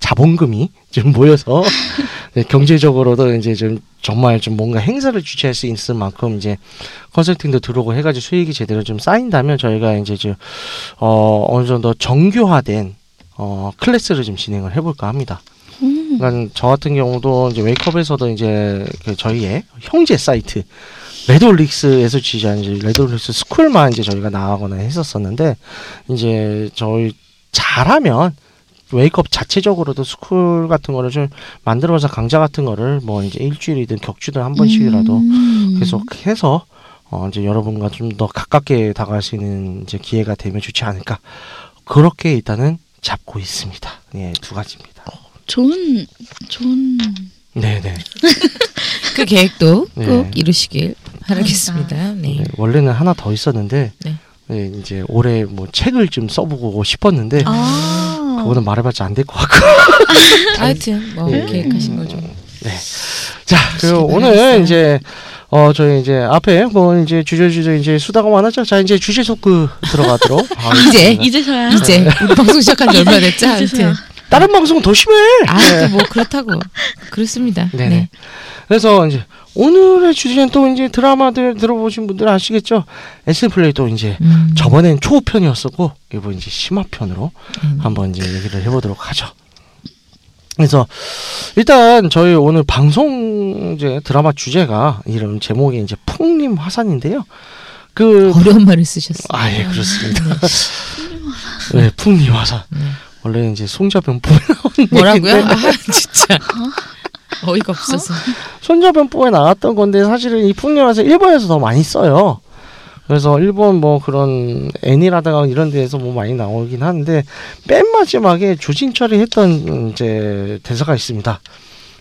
자본금이 좀 모여서 네, 경제적으로도 이제 좀 정말 좀 뭔가 행사를 주최할 수 있을 만큼 이제 컨설팅도 들어오고 해가지고 수익이 제대로 좀 쌓인다면 저희가 이제 좀, 어, 어느 정도 정교화된 어, 클래스를 좀 진행을 해볼까 합니다.
음.
그러니까 저 같은 경우도 이제 웨이크업에서도 이제 그 저희의 형제 사이트 레돌릭스에서 지지한 이제 레돌릭스 스쿨만 이제 저희가 나가거나 했었었는데 이제 저희 잘하면 웨이크업 자체적으로도 스쿨 같은 거를 좀 만들어서 강좌 같은 거를 뭐 이제 일주일이든 격주든 한 번씩이라도
음.
계속 해서 어 이제 여러분과 좀 더 가깝게 다가갈 수 있는 이제 기회가 되면 좋지 않을까 그렇게 일단은 잡고 있습니다. 예, 두 가지입니다.
좋은, 좋은.
네네.
그 계획도
네.
꼭 이루시길 바라겠습니다. 네.
네, 원래는 하나 더 있었는데
네.
네, 이제 올해 뭐 책을 좀 써보고 싶었는데
아,
그거는 말해봤자 안 될 것 같고.
하여튼 뭐
네.
계획하신 거 좀.
자, 그리고 오늘
바라겠어요.
이제 어 저희 이제 앞에 뭐 이제 주제 주제 이제 수다가 많았죠. 자 이제 주제 소크 들어가도록 하겠습니다.
이제서야.
이제 우리 방송 시작한 지 얼마 됐죠? 하여튼
이제서야. 아.
아,
다른 방송 더 심해.
아또 뭐 그렇다고 그렇습니다.
네. 네네.
네.
그래서 이제 오늘의 주제는 또 이제 드라마들 들어보신 분들 은 아시겠죠? S 플레이도 이제
음.
저번엔 초편이었었고 이번 이제 심화편으로
음.
한번 이제 얘기를 해보도록 하죠. 그래서 일단 저희 오늘 방송 이제 드라마 주제가 이름 제목이 이제 풍림 화산인데요. 그
어려운 말을 쓰셨어요.
아예 그렇습니다. 네, 풍림 화산. 원래 이제 송자병포
뭐라고요?
네.
아 진짜 어이가 없어서.
아, 손자병법에 나왔던 건데 사실은 이 풍류라서 일본에서 더 많이 써요. 그래서 일본 뭐 그런 애니라다가 이런 데에서 뭐 많이 나오긴 하는데 맨 마지막에 조진철이 했던 음, 이제 대사가 있습니다.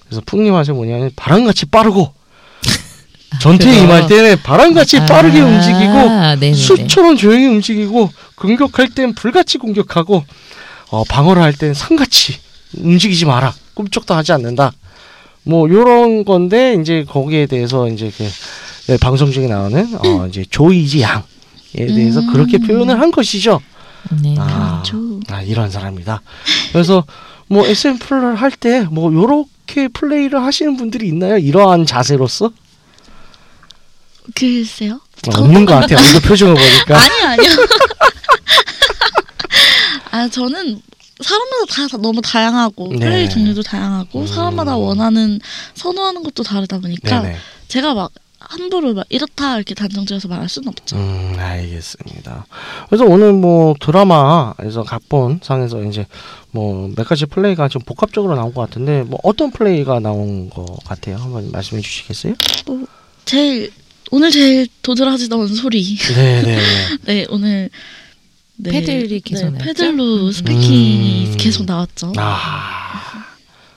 그래서 풍림화세 뭐냐면 바람같이 빠르고 전투에
그거.
임할 때는 바람같이 빠르게
아,
움직이고
네네네.
수처럼 조용히 움직이고 공격할 땐 불같이 공격하고 어, 방어를 할 땐 상같이 움직이지 마라 꿈쩍도 하지 않는다 뭐 요런 건데 이제 거기에 대해서 이제 그 예, 방송 중에 나오는 어, 이제 조이지 양에 대해서
음.
그렇게 표현을 한 것이죠
네.
아,
그렇죠.
아 이런 사람이다 그래서 뭐 SM 플레이를 할 때 뭐 요렇게 플레이를 하시는 분들이 있나요 이러한 자세로서
글쎄요.
어, 없는 것 같아요 얼굴 표정을 보니까
아니 아니요. 아 저는 사람마다 다, 다 너무 다양하고
네.
플레이 종류도 다양하고
음.
사람마다 원하는 선호하는 것도 다르다 보니까
네네.
제가 막 함부로 막 이렇다 이렇게 단정지어서 말할 수는 없죠.
음, 알겠습니다. 그래서 오늘 뭐 드라마에서 각본 상에서 이제 뭐 몇 가지 플레이가 좀 복합적으로 나온 것 같은데 뭐 어떤 플레이가 나온 것 같아요? 한번 말씀해 주시겠어요?
제일 오늘 제일 도드라지던 소리.
네, 네.
네 오늘 네,
패들이 계속
네,
나왔죠?
패들로
음.
스피킹이
음.
계속 나왔죠.
아.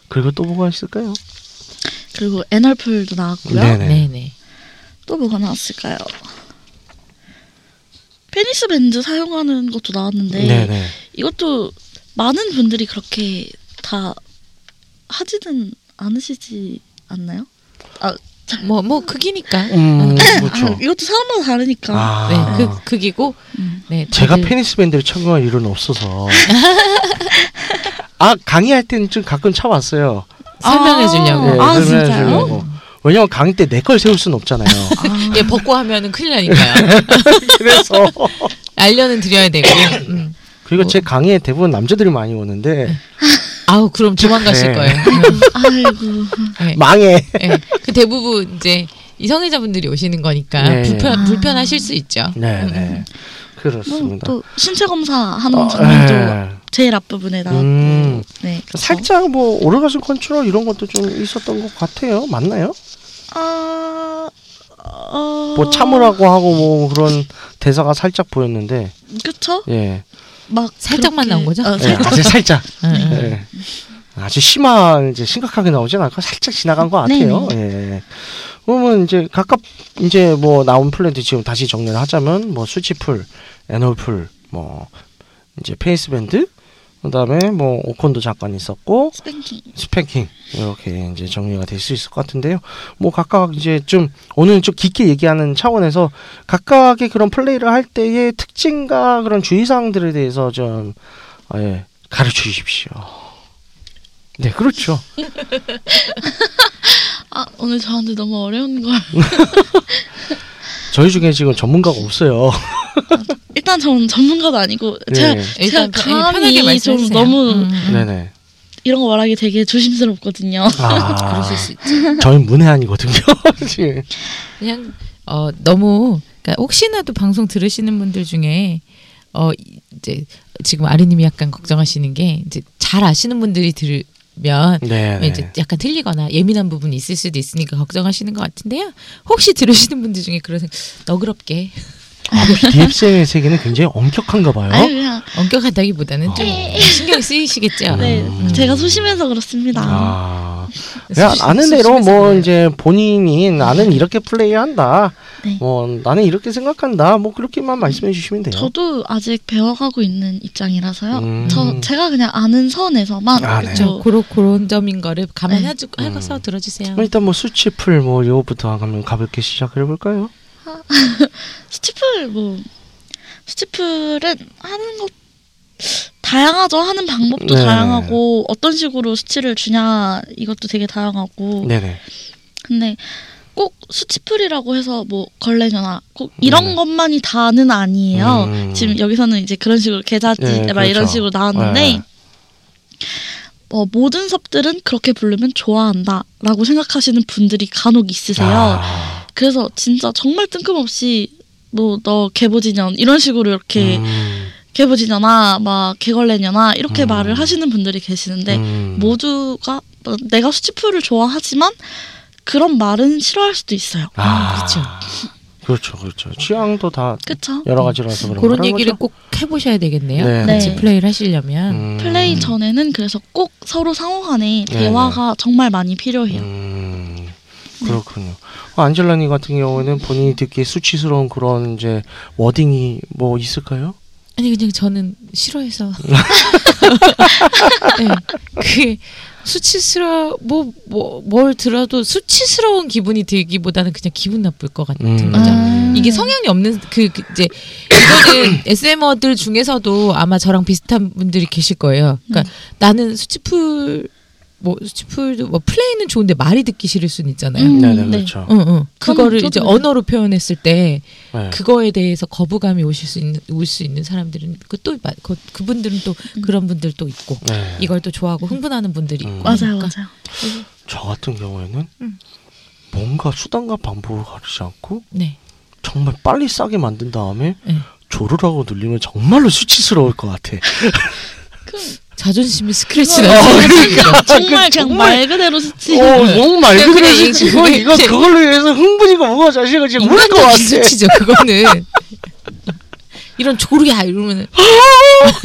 그리고 또 뭐가 있을까요?
그리고 애널풀도 나왔고요.
네.
네네.
또 뭐가 나왔을까요? 페니스 밴드 사용하는 것도 나왔는데
네.
이것도 많은 분들이 그렇게 다 하지는 않으시지 않나요? 아,
뭐 뭐 극이니까.
음,
아
그렇죠.
이것도 사람마다 다르니까.
아.
네, 극 극이고.
음.
네.
제가
다들-
페니스 밴드를 참여할 일은 없어서. 아, 강의할 때는 좀 가끔 참았어요.
설명해
아,
주려고.
네,
아,
설명해
진짜요?
주려고. 왜냐면 강의 때 내 걸 세울 수는 없잖아요.
예, 벗고 하면은 큰일 나니까요.
그래서
알려는 드려야 되고. 음.
그리고 제
뭐.
강의에 대부분 남자들이 많이 오는데
아우 그럼 도망가실
네.
거예요.
아이고.
네.
망해.
음.
네. 그 대부분 이제 이성애자분들이 오시는 거니까
네.
불편
아.
불편하실 수 있죠.
네네.
뭐,
그렇습니다.
또 신체 검사 하는
어,
장면도
예.
제일 앞부분에 나왔고.
음.
네. 그래서-
살짝 뭐 오르가즘 컨트롤 이런 것도 좀 있었던 것 같아요. 맞나요?
아. 어...
뭐 참으라고 하고 뭐 그런 대사가 살짝 보였는데
어, 그쵸?
예.
막
살짝만
그렇게-
나온 거죠?
어,
예,
살짝.
아주 살짝.
응, 응.
예. 아주 심한 이제 심각하게 나오진 않고 살짝 지나간 것 같아요. 예. 그러면 이제 각각 이제 뭐 나온 플랜트 지금 다시 정리를 하자면 뭐 수치풀, 에너풀, 뭐 이제 페이스밴드, 그다음에 뭐 오콘도 잠깐 있었고
스팽킹.
스팽킹 이렇게 이제 정리가 될 수 있을 것 같은데요. 뭐 각각 이제 좀 오늘 좀 깊게 얘기하는 차원에서 각각의 그런 플레이를 할 때의 특징과 그런 주의사항들에 대해서 좀 아, 예, 가르쳐 주십시오. 네, 그렇죠.
아 오늘 저한테 너무 어려운 걸.
저희 중에 지금 전문가가 없어요.
아,
일단 저는 전문가도 아니고 제가
네.
일단
제가
편- 예, 편하게
감이 좀
말씀해주세요.
너무
음, 음.
네네.
이런 거 말하기 되게 조심스럽거든요.
아,
그러실 수 있죠.
저희 문외한이거든요. 지금.
그냥 어 너무 그러니까 혹시나도 방송 들으시는 분들 중에 어 이- 이제 지금 아리님이 약간 걱정하시는 게 이제 잘 아시는 분들이 들으면
네.
이제 약간 틀리거나 예민한 부분이 있을 수도 있으니까 걱정하시는 것 같은데요. 혹시 들으시는 분들 중에 그런 생- 너그럽게
아, BDSM의 세계는 굉장히 엄격한가 봐요.
아니 그냥
엄격하다기보다는 좀 신경 쓰이시겠죠.
네
음.
제가 소심해서 그렇습니다.
아. 그냥
수- 수-
아는 대로
수심에서
뭐
그래요.
이제 본인이 나는 이렇게 플레이한다.
네.
뭐 나는 이렇게 생각한다. 뭐 그렇게만 말씀해 주시면 돼요.
저도 아직 배워가고 있는 입장이라서요.
음.
저 제가 그냥 아는 선에서만
아, 네.
그렇죠.
저 고로 그런 점인 거를 감안해가지고
네.
하고서 들어주세요.
그럼 일단 뭐 수치풀 뭐 요부터 한번 가볍게 시작해 볼까요?
스티플 뭐 스티플은 하는 것 다양하죠. 하는 방법도
네.
다양하고 어떤 식으로 수치를 주냐 이것도 되게 다양하고
네네.
근데 꼭 수치풀이라고 해서 뭐 걸레녀나 꼭 이런
네.
것만이 다는 아니에요.
음.
지금 여기서는 이제 그런 식으로 계좌지
예,
막 이런
그렇죠.
식으로 나왔는데
예.
어, 모든 섭들은 그렇게 부르면 좋아한다라고 생각하시는 분들이 간혹 있으세요.
아,
그래서 진짜 정말 뜬금없이 뭐 너 개보지년 이런 식으로 이렇게
음,
개보지년아 막 개걸레년아 이렇게
음.
말을 하시는 분들이 계시는데
음.
네, 모두가 어, 내가 수치풀을 좋아하지만 그런 말은 싫어할 수도 있어요.
아,
그렇죠.
그렇죠, 그렇죠. 취향도 다
그쵸?
여러 가지라서 그런
그런
거라는
얘기를
거죠?
꼭 해보셔야 되겠네요.
네.
같이
네.
플레이를 하시려면
음.
플레이 전에는 그래서 꼭 서로 상호 간에
네,
대화가 정말 많이 필요해요.
음, 그렇군요. 어, 안젤라님 같은 경우에는 본인이 듣기에 수치스러운 그런 이제 워딩이 뭐 있을까요?
아니 그냥 저는 싫어해서 네, 그게 수치스러 뭐 뭐 뭘 들어도 수치스러운 기분이 들기보다는 그냥 기분 나쁠 것 같은
음.
거죠.
아.
이게 성향이 없는 그, 그 이제 이거는 SM어들 중에서도 아마 저랑 비슷한 분들이 계실 거예요.
음.
그러니까 나는 수치풀 뭐 수치풀도 뭐 플레이는 좋은데 말이 듣기 싫을 수는 있잖아요.
음,
네네
네.
그렇죠.
응, 응. 그거를
저도
이제
그래요.
언어로 표현했을 때
네.
어, 그거에 대해서 거부감이 오실 수 있는 올 수 있는 사람들은 그또 그, 그분들은 또
음.
그런 분들 또 있고
네.
이걸 또 좋아하고 흥분하는 분들이 있고
음.
맞아요,
그러니까
맞아요.
저 같은 경우에는
음.
뭔가 수단과 방법을 가리지 않고
네.
정말 빨리 싸게 만든 다음에
네.
조르라고 눌리면 정말로 수치스러울 것 같아. 어,
자존심이 스크래치
어, 그거-
나요.
그러니까. 정말 그냥
정말-
말 그대로 수치.
어, 너무 말
근데
그대로
그게
수치. 이거
그게
이거
이제-
그걸로 인해서 흥분이고 뭐가 자식을 지금 울것
인간적
같아.
네. 기수치죠 그거는. 이런 조르야 이러면
나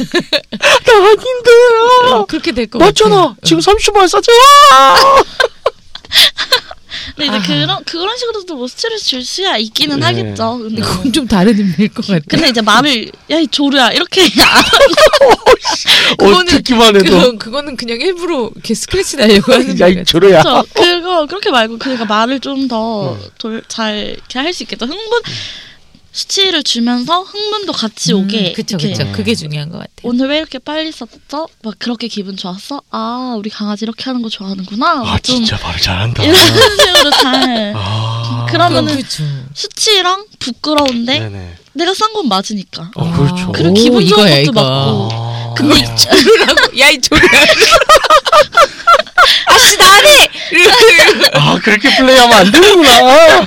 아닌데. 아.
그렇게 될 것 같아.
맞잖아. 지금 30만 싸자.
근데
네.
이제
아하.
그런 그런 식으로도 뭐 수치를 줄 수야 있기는
네.
하겠죠. 근데,
어. 그건 좀 다른 의미일 것 같아.
근데 이제 말을 야이 조르야 이렇게
어,
그거는-
듣기만 해도
그건 그거는 그냥 일부러 이렇게 스크래치 나려고 하는
야 이
거예요.
조르야.
그렇죠. 그거 그렇게 말고 그러니까 말을 좀
음.
더 잘 이렇게 할 수 있겠죠. 흥분 수치를 주면서 흥분도 같이 오게.
음, 그쵸
이렇게 어,
그쵸
음.
그게 중요한 것 같아요.
오늘 왜 이렇게 빨리 썼어? 막 그렇게 기분 좋았어? 아 우리 강아지 이렇게 하는 거 좋아하는구나.
아
어, 좀
진짜 말을 잘한다.
이런 식으로 잘
아.
그러면은
그건 그쵸.
수치랑 부끄러운데
네네.
내가 싼 건 맞으니까.
어
아,
그렇죠.
그리고
오,
기분 좋은
이거야,
것도
이거.
맞고.
아.
그거 조르라고 뭐 야이 조르야. 아씨 나네. 이러고
아 그렇게 플레이하면 안 되는구나.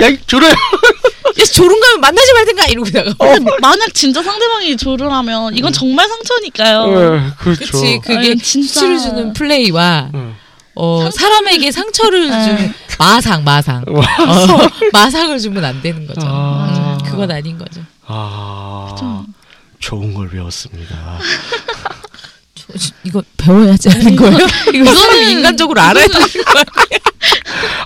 야이 조르야.
야 조른 가면 만나지 말든가 이러고 나가.
근데 만약 진짜 상대방이 조르라면
음.
이건 정말 상처니까요.
예, 그렇죠. 네.
그치 그게
아니, 진짜.
수치를 주는 플레이와
응.
어, 사람에게 상처를 주는 마상 마상
와.
어, 마상을 주면 안 되는 거죠.
아.
음, 그건 아닌 거죠.
아
좀.
좋은 걸 배웠습니다.
저- 이거 배워야 하지 않은 거예요? 이거 사람 인간적으로 알아야 되는 거야.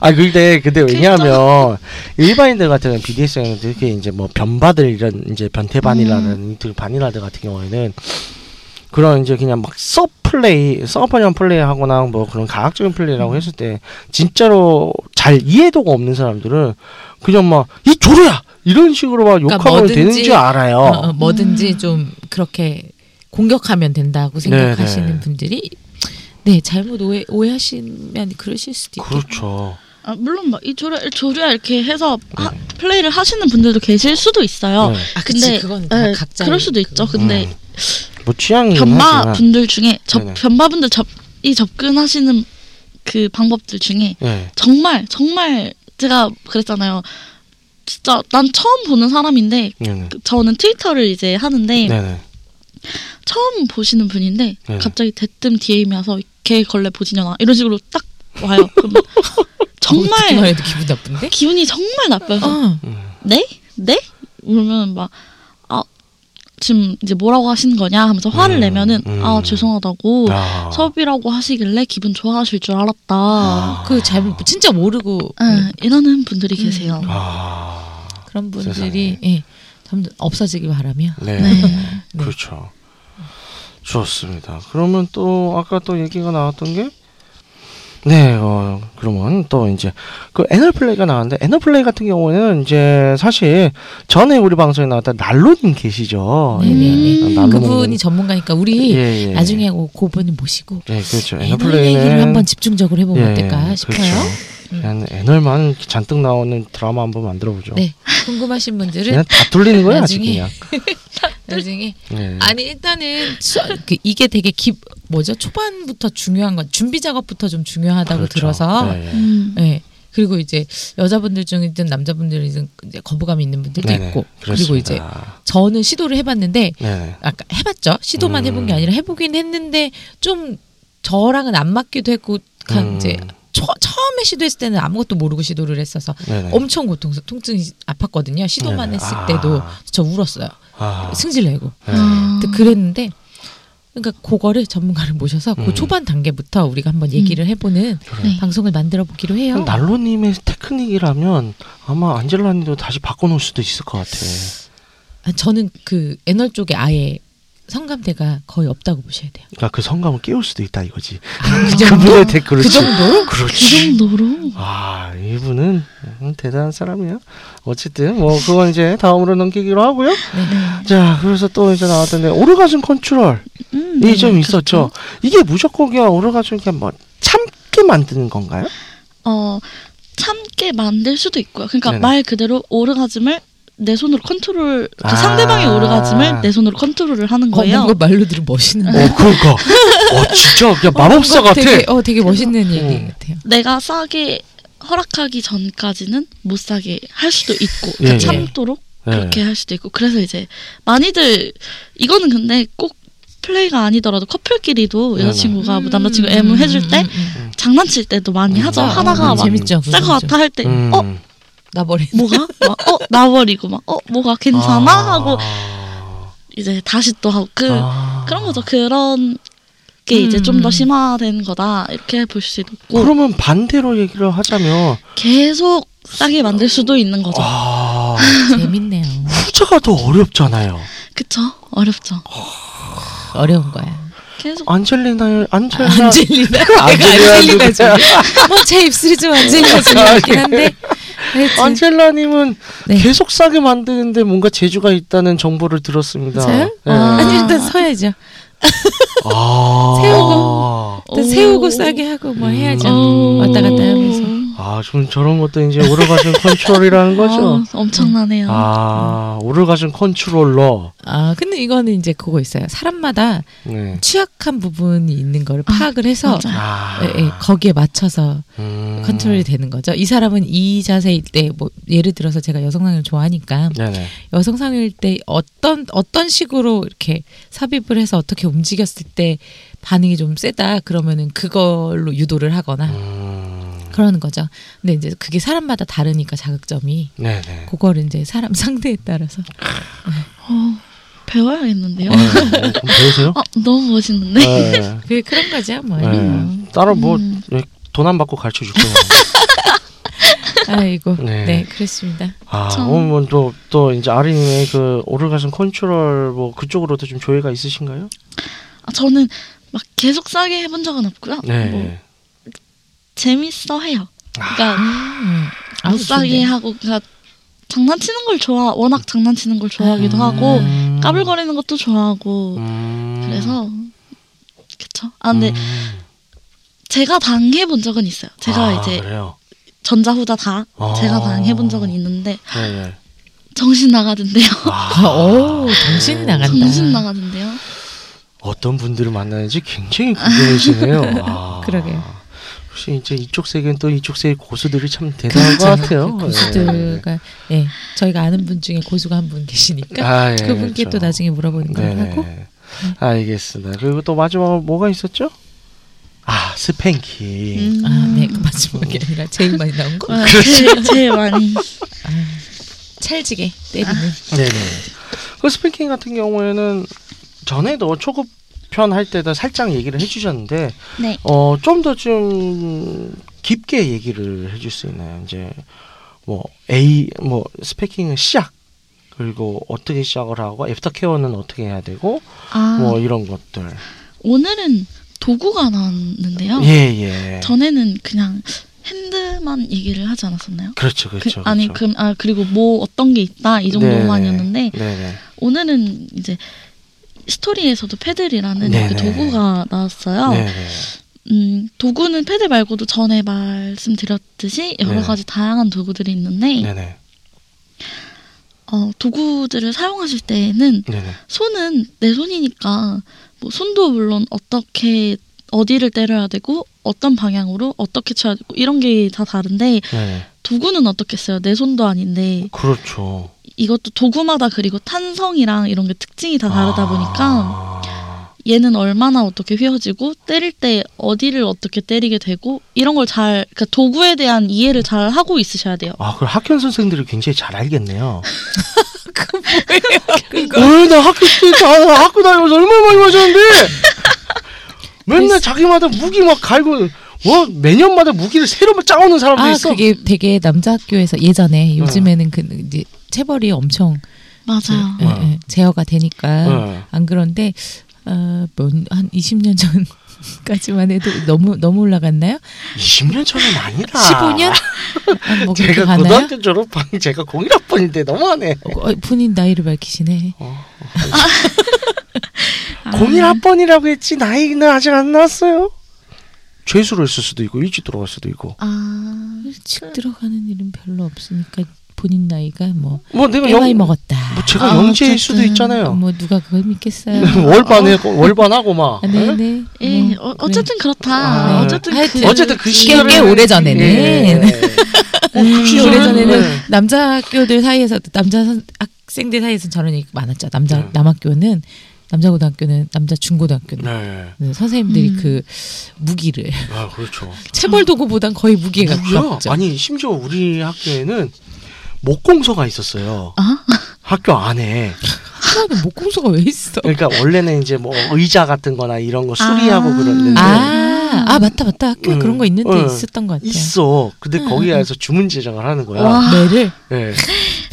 아 근데 근데 왜냐하면 일반인들 같은 경우 BDSM 특히 이제 뭐 변바들 이런 이제 변태
음.
반이라는 그 반이라들 같은 경우에는 그런 이제 그냥 막 서플레이 서퍼형 플레이하거나 뭐 그런 과학적인
음.
플레이라고 했을 때 진짜로 잘 이해도가 없는 사람들은 그냥 막 이 조르야 이런 식으로 막
그러니까
욕하면 되는
뭐든지-
줄 알아요.
어, 어,
음.
뭐든지 좀 그렇게 공격하면 된다고 생각하시는
네, 네.
분들이 네 잘못 오해 오해하시면 그러실 수도 있고.
그렇죠.
아, 물론 막 이 조르야, 조르야 이렇게 해서 하- 플레이를 하시는 분들도 계실 수도 있어요.
네.
아, 그치,
근데,
그건 다
예,
각자의
그럴 수도
그거.
있죠. 근데
음. 뭐 취향이
변마 분들 중에 접,
네네.
변마 분들 접, 이 접근하시는 그 방법들 중에
네.
정말 정말 제가 그랬잖아요. 진짜 난 처음 보는 사람인데
네네.
그- 저는 트위터를 이제 하는데
네네.
처음 보시는 분인데
네네.
갑자기 대뜸 DM이 와서 걔 걸레 보지냐나 이런 식으로 딱 와요. 그럼
어, 듣기만
정말
해도 기분 나쁜데?
기분이 정말 나빠요.
어.
음.
네? 네? 그러면 막, 아, 지금 이제 뭐라고 하신 거냐 하면서 화를
음,
내면은,
음.
아, 죄송하다고.
뭐
아.
섭이라고 하시길래 기분 좋아하실 줄 알았다.
아. 네.
그 잘못 진짜 모르고 네,
예, 이러는 분들이 계세요.
아.
그런 분들이 예, 참 없어지길 바라며.
네. 그렇죠. 좋습니다. 그러면 또 아까 또 얘기가 나왔던 게 네, 어, 그러면 또 이제 그 에너플레이가 나왔는데 에너플레이 같은 경우에는 이제 사실 전에 우리 방송에 나왔던 날로님 계시죠.
네네네.
예, 날로
그분이
먹는-
전문가니까 우리
예, 예.
나중에 고- 그분을 모시고
네, 그렇죠.
에너지 얘기를
에너플레이는
한번 집중적으로 해보면 어떨까
예,
싶어요. 음.
그렇죠. 그냥 애널만 잔뜩 나오는 드라마 한번 만들어 보죠.
네. 궁금하신 분들은
그냥 다 뚫리는 거야 아직
나중에.
그냥.
나중에
네.
아니 일단은 수- 그 이게 되게 기 뭐죠 초반부터 중요한 건 준비 작업부터 좀 중요하다고
그렇죠.
들어서
네, 네.
음.
네. 그리고 이제 여자분들 중이든 남자분들이든 이제 거부감이 있는 분들도
네네,
있고 그리고
그렇습니다.
이제 저는 시도를 해봤는데
네네.
아까 해봤죠 시도만
음.
해본 게 아니라 해보긴 했는데 좀 저랑은 안 맞기도 했고 가-
음.
그 이제 초, 처음에 시도했을 때는 아무것도 모르고 시도를 했어서
네네.
엄청 고통 통증이 아팠거든요 시도만
네네.
했을
아.
때도 저 울었어요
아,
승질 내고
네.
아.
근데 그랬는데 그러니까 그거를 전문가를 모셔서 그
음.
초반 단계부터 우리가 한번 얘기를 해보는
그래.
음. 네.
방송을 만들어 보기로 해요.
난로님의 테크닉이라면 아마 안젤라님도 다시 바꿔놓을 수도 있을 것 같아.
아, 저는 그 애널 쪽에 아예 성감대가 거의 없다고 보셔야 돼요.
그러니까 그 성감을 깨울 수도 있다 이거지.
아,
그
그분의
정도?
댓글을
그 정도?
그
그렇지.
정도로
아 이분은 음, 대단한 사람이야. 어쨌든 뭐 그건 이제 다음으로 넘기기로 하고요.
네.
자 그래서 또 이제 나왔던데 오르가즘 컨트롤
음,
이 좀
네,
있었죠.
그렇죠.
이게 무조건 그냥 오르가즘 그냥 뭐 참게 만드는 건가요?
어 참게 만들 수도 있고요. 그러니까
네네.
말 그대로 오르가즘을 내 손으로 컨트롤 그
아.
상대방의 오르가즘을 내 손으로 컨트롤을 하는
어,
거예요.
뭔가 말로 들으면 멋있는.
어 그러니까 어 진짜 그냥 마법사 같아.
되게, 어, 되게 멋있는 얘기 같아요.
내가 싸게 허락하기 전까지는 못 사게 할 수도 있고
예,
그러니까
예.
참도록
예.
그렇게 할 수도 있고 그래서 이제 많이들 이거는 근데 꼭 플레이가 아니더라도 커플끼리도
네네.
여자친구가 뭐
음,
남자친구
음,
애무 해줄
음,
때
음, 음.
장난칠 때도 많이
음.
하죠
아,
하다가
음,
막
재밌죠. 그거
쌀 것
진짜.
같아 할 때
음.
어
나 버린.
뭐가 막 어 나버리고 막 어 뭐가 괜찮아
아.
하고 이제 다시 또 하고 그
아.
그런 거죠 그런 게 이제
음.
좀 더 심화된 거다 이렇게 볼 수도 있고
그러면 반대로 얘기를 하자면
계속 싸게 만들 수도 있는 거죠
아
재밌네요.
후자가 더 어렵잖아요.
그쵸 어렵죠
어려운 거야.
계속
안젤리나
아,
안젤리나
안젤리나. 내가
안젤리나
안젤리나
누구야?
좀. 뭐제 입술이 좀 안젤리나 좀
아,
같긴 한데. 하여튼.
안젤라님은
네.
계속 싸게 만드는데 뭔가 재주가 있다는 정보를 들었습니다.
저요?
예.
아.
아니 일단 서야죠.
아.
세우고. 일단 세우고
오.
싸게 하고 뭐
음.
해야죠.
어.
오.
왔다 갔다 하면서.
아, 좀 저런 것도 이제 오르가즘 컨트롤이라는 거죠.
아, 엄청나네요.
아, 오르가즘 컨트롤러.
아 근데 이거는 이제 그거 있어요. 사람마다
네.
취약한 부분이 있는 거를
아,
파악을 해서
맞아요.
아.
예, 예, 거기에 맞춰서
음.
컨트롤이 되는 거죠. 이 사람은 이 자세일 때 뭐 예를 들어서 제가 여성상을 좋아하니까
네네.
여성상일 때 어떤 어떤 식으로 이렇게 삽입을 해서 어떻게 움직였을 때 반응이 좀 세다 그러면은 그걸로 유도를 하거나
음.
그러는 거죠. 근데 이제 그게 사람마다 다르니까 자극점이
네네. 어,
그걸 이제 사람 상대에 따라서
어, 배워야겠는데요.
어, 어, 그럼 배우세요?
아, 너무 멋있는데.
네.
그 그런 거죠. 뭐.
네. 따로 뭐
음.
돈 안 받고 가르쳐 줄 거예요.
아이고.
네.
네. 그렇습니다.
아,
참.
오늘 또또 이제 아린님의 그 오르가즘 컨트롤 뭐 그쪽으로도 좀 조예가 있으신가요?
아, 저는 막 계속 싸게 해본 적은 없고요.
네.
뭐 재밌어 해요. 그러니까
음.
못
아우,
싸게
좋네.
하고 그러니까 장난치는 걸 좋아. 워낙 장난치는 걸 좋아하기도
음.
하고 까불거리는 것도 좋아하고
음.
그래서 그쵸. 아 근데
음.
제가 당해본 적은 있어요. 제가
아,
이제
그래요.
전자후자 다
아.
제가 당해본 적은 있는데
네, 네.
정신 나가던데요.
아, 오, 정신이 나간다.
정신 나가던데요.
어떤 분들을 만나는지 굉장히 궁금해지네요. 아.
그러게요.
혹시 이제 이쪽 세계는 또 이쪽 세계 고수들이 참 대단한 것 같아요. 네.
그 고수들과 예 저희가 아는 분 중에 고수가 한 분
예.
계시니까
아, 예,
그분께
그렇죠.
또 나중에 물어보는 걸
네네.
하고
알겠습니다. 그리고 또 마지막으로 뭐가 있었죠? 아 스팽킹.
음.
아네그 마지막이 아니라 제일 많이 나온 거
아, 제일, 제일 많이
찰지게 때리는
네네. 그 스팽킹 같은 경우에는 전에도 초급편 할 때도 살짝 얘기를 해주셨는데
네.
어 좀 더 좀 깊게 얘기를 해줄 수 있나요? 이제 뭐 A 뭐 스팽킹은 시작 그리고 어떻게 시작을 하고 애프터 케어는 어떻게 해야 되고
아,
뭐 이런 것들.
오늘은 도구가 나왔는데요.
예예.
전에는 그냥 핸드만 얘기를 하지 않았었나요?
그렇죠
그-
그렇죠.
아니
그렇죠.
그, 아, 그리고 뭐 어떤 게 있다
네.
이 정도만이었는데
네네.
오늘은 이제 스토리에서도 패들이라는
네네.
그 도구가 나왔어요.
네네.
음, 도구는 패드 말고도 전에 말씀드렸듯이 여러
네.
가지 다양한 도구들이 있는데
네네.
어, 도구들을 사용하실 때에는
네네.
손은 내 손이니까 뭐 손도 물론 어떻게 어디를 때려야 되고 어떤 방향으로 어떻게 쳐야 되고 이런 게 다 다른데
네네.
도구는 어떻겠어요? 내 손도 아닌데
그렇죠.
이것도 도구마다 그리고 탄성이랑 이런 게 특징이 다 다르다 보니까
아,
얘는 얼마나 어떻게 휘어지고 때릴 때 어디를 어떻게 때리게 되고 이런 걸 잘 그러니까 도구에 대한 이해를 잘 하고 있으셔야 돼요.
아 그걸 학교 선생들이 굉장히 잘 알겠네요.
그 뭐예요? 그거.
왜 나 학교 때 다- 학교 다니면서 얼마나 많이 마셨는데 맨날 자기마다 무기 막 갈고 뭐 매년마다 무기를 새로 짜오는 사람도
아,
있어.
그게 되게 남자 학교에서 예전에 요즘에는 그 이제 체벌이 엄청
맞아요.
예, 예, 제어가 되니까
네.
안 그런데 어, 뭔- 한 20년 전까지만 해도 너무 너무 올라갔나요?
20년 전은 아니다.
15년? 아, 뭐 그렇게
제가
가나요?
고등학교 졸업한 게 제가 01학번인데 너무하네.
어, 본인 나이를 밝히시네.
아,
01학번이라고 했지 나이는 아직 안 나왔어요. 죄수로 했을 수도 있고 일찍 들어갈 수도 있고.
음.
아,
직 들어가는 일은 별로 없으니까 본인 나이가 뭐
뭐 내가
꽤 많이
영,
먹었다.
뭐 제가
아,
영재일
어쨌든
수도 있잖아요. 네.
뭐 누가 그걸 믿겠어요?
월반에 월반하고 막.
아, 네네.
예,
뭐,
어, 어쨌든 그렇다.
아, 네.
어쨌든
하여튼
그,
어쨌든 그
꽤-
시절에
꽤 오래전에는. 네. 음.
그
그래.
시절에는
오래전에는
네.
남자 학교들 사이에서 남자 선- 학생들 사이에서 저런 얘기 많았죠. 남자
네.
남학교는 남자 고등학교는 남자 중고등학교는
네.
네, 선생님들이
음.
그 무기를
아 그렇죠.
체벌 도구보단 거의 무기가
뭐야?
가깝죠.
아니 심지어 우리 학교에는 목공소가 있었어요.
아?
학교 안에.
하나는 목공소가 왜 있어?
그러니까 원래는 이제 뭐 의자 같은거나 이런 거 수리하고
아.
그러는데
아, 그렇죠. 아 맞다 맞다 학교 에
응,
그런 거 있는데
응.
있었던 것 같아요.
있어. 근데
응,
거기
응,
가서 주문 제작을 하는 거야.
와.
매를
예.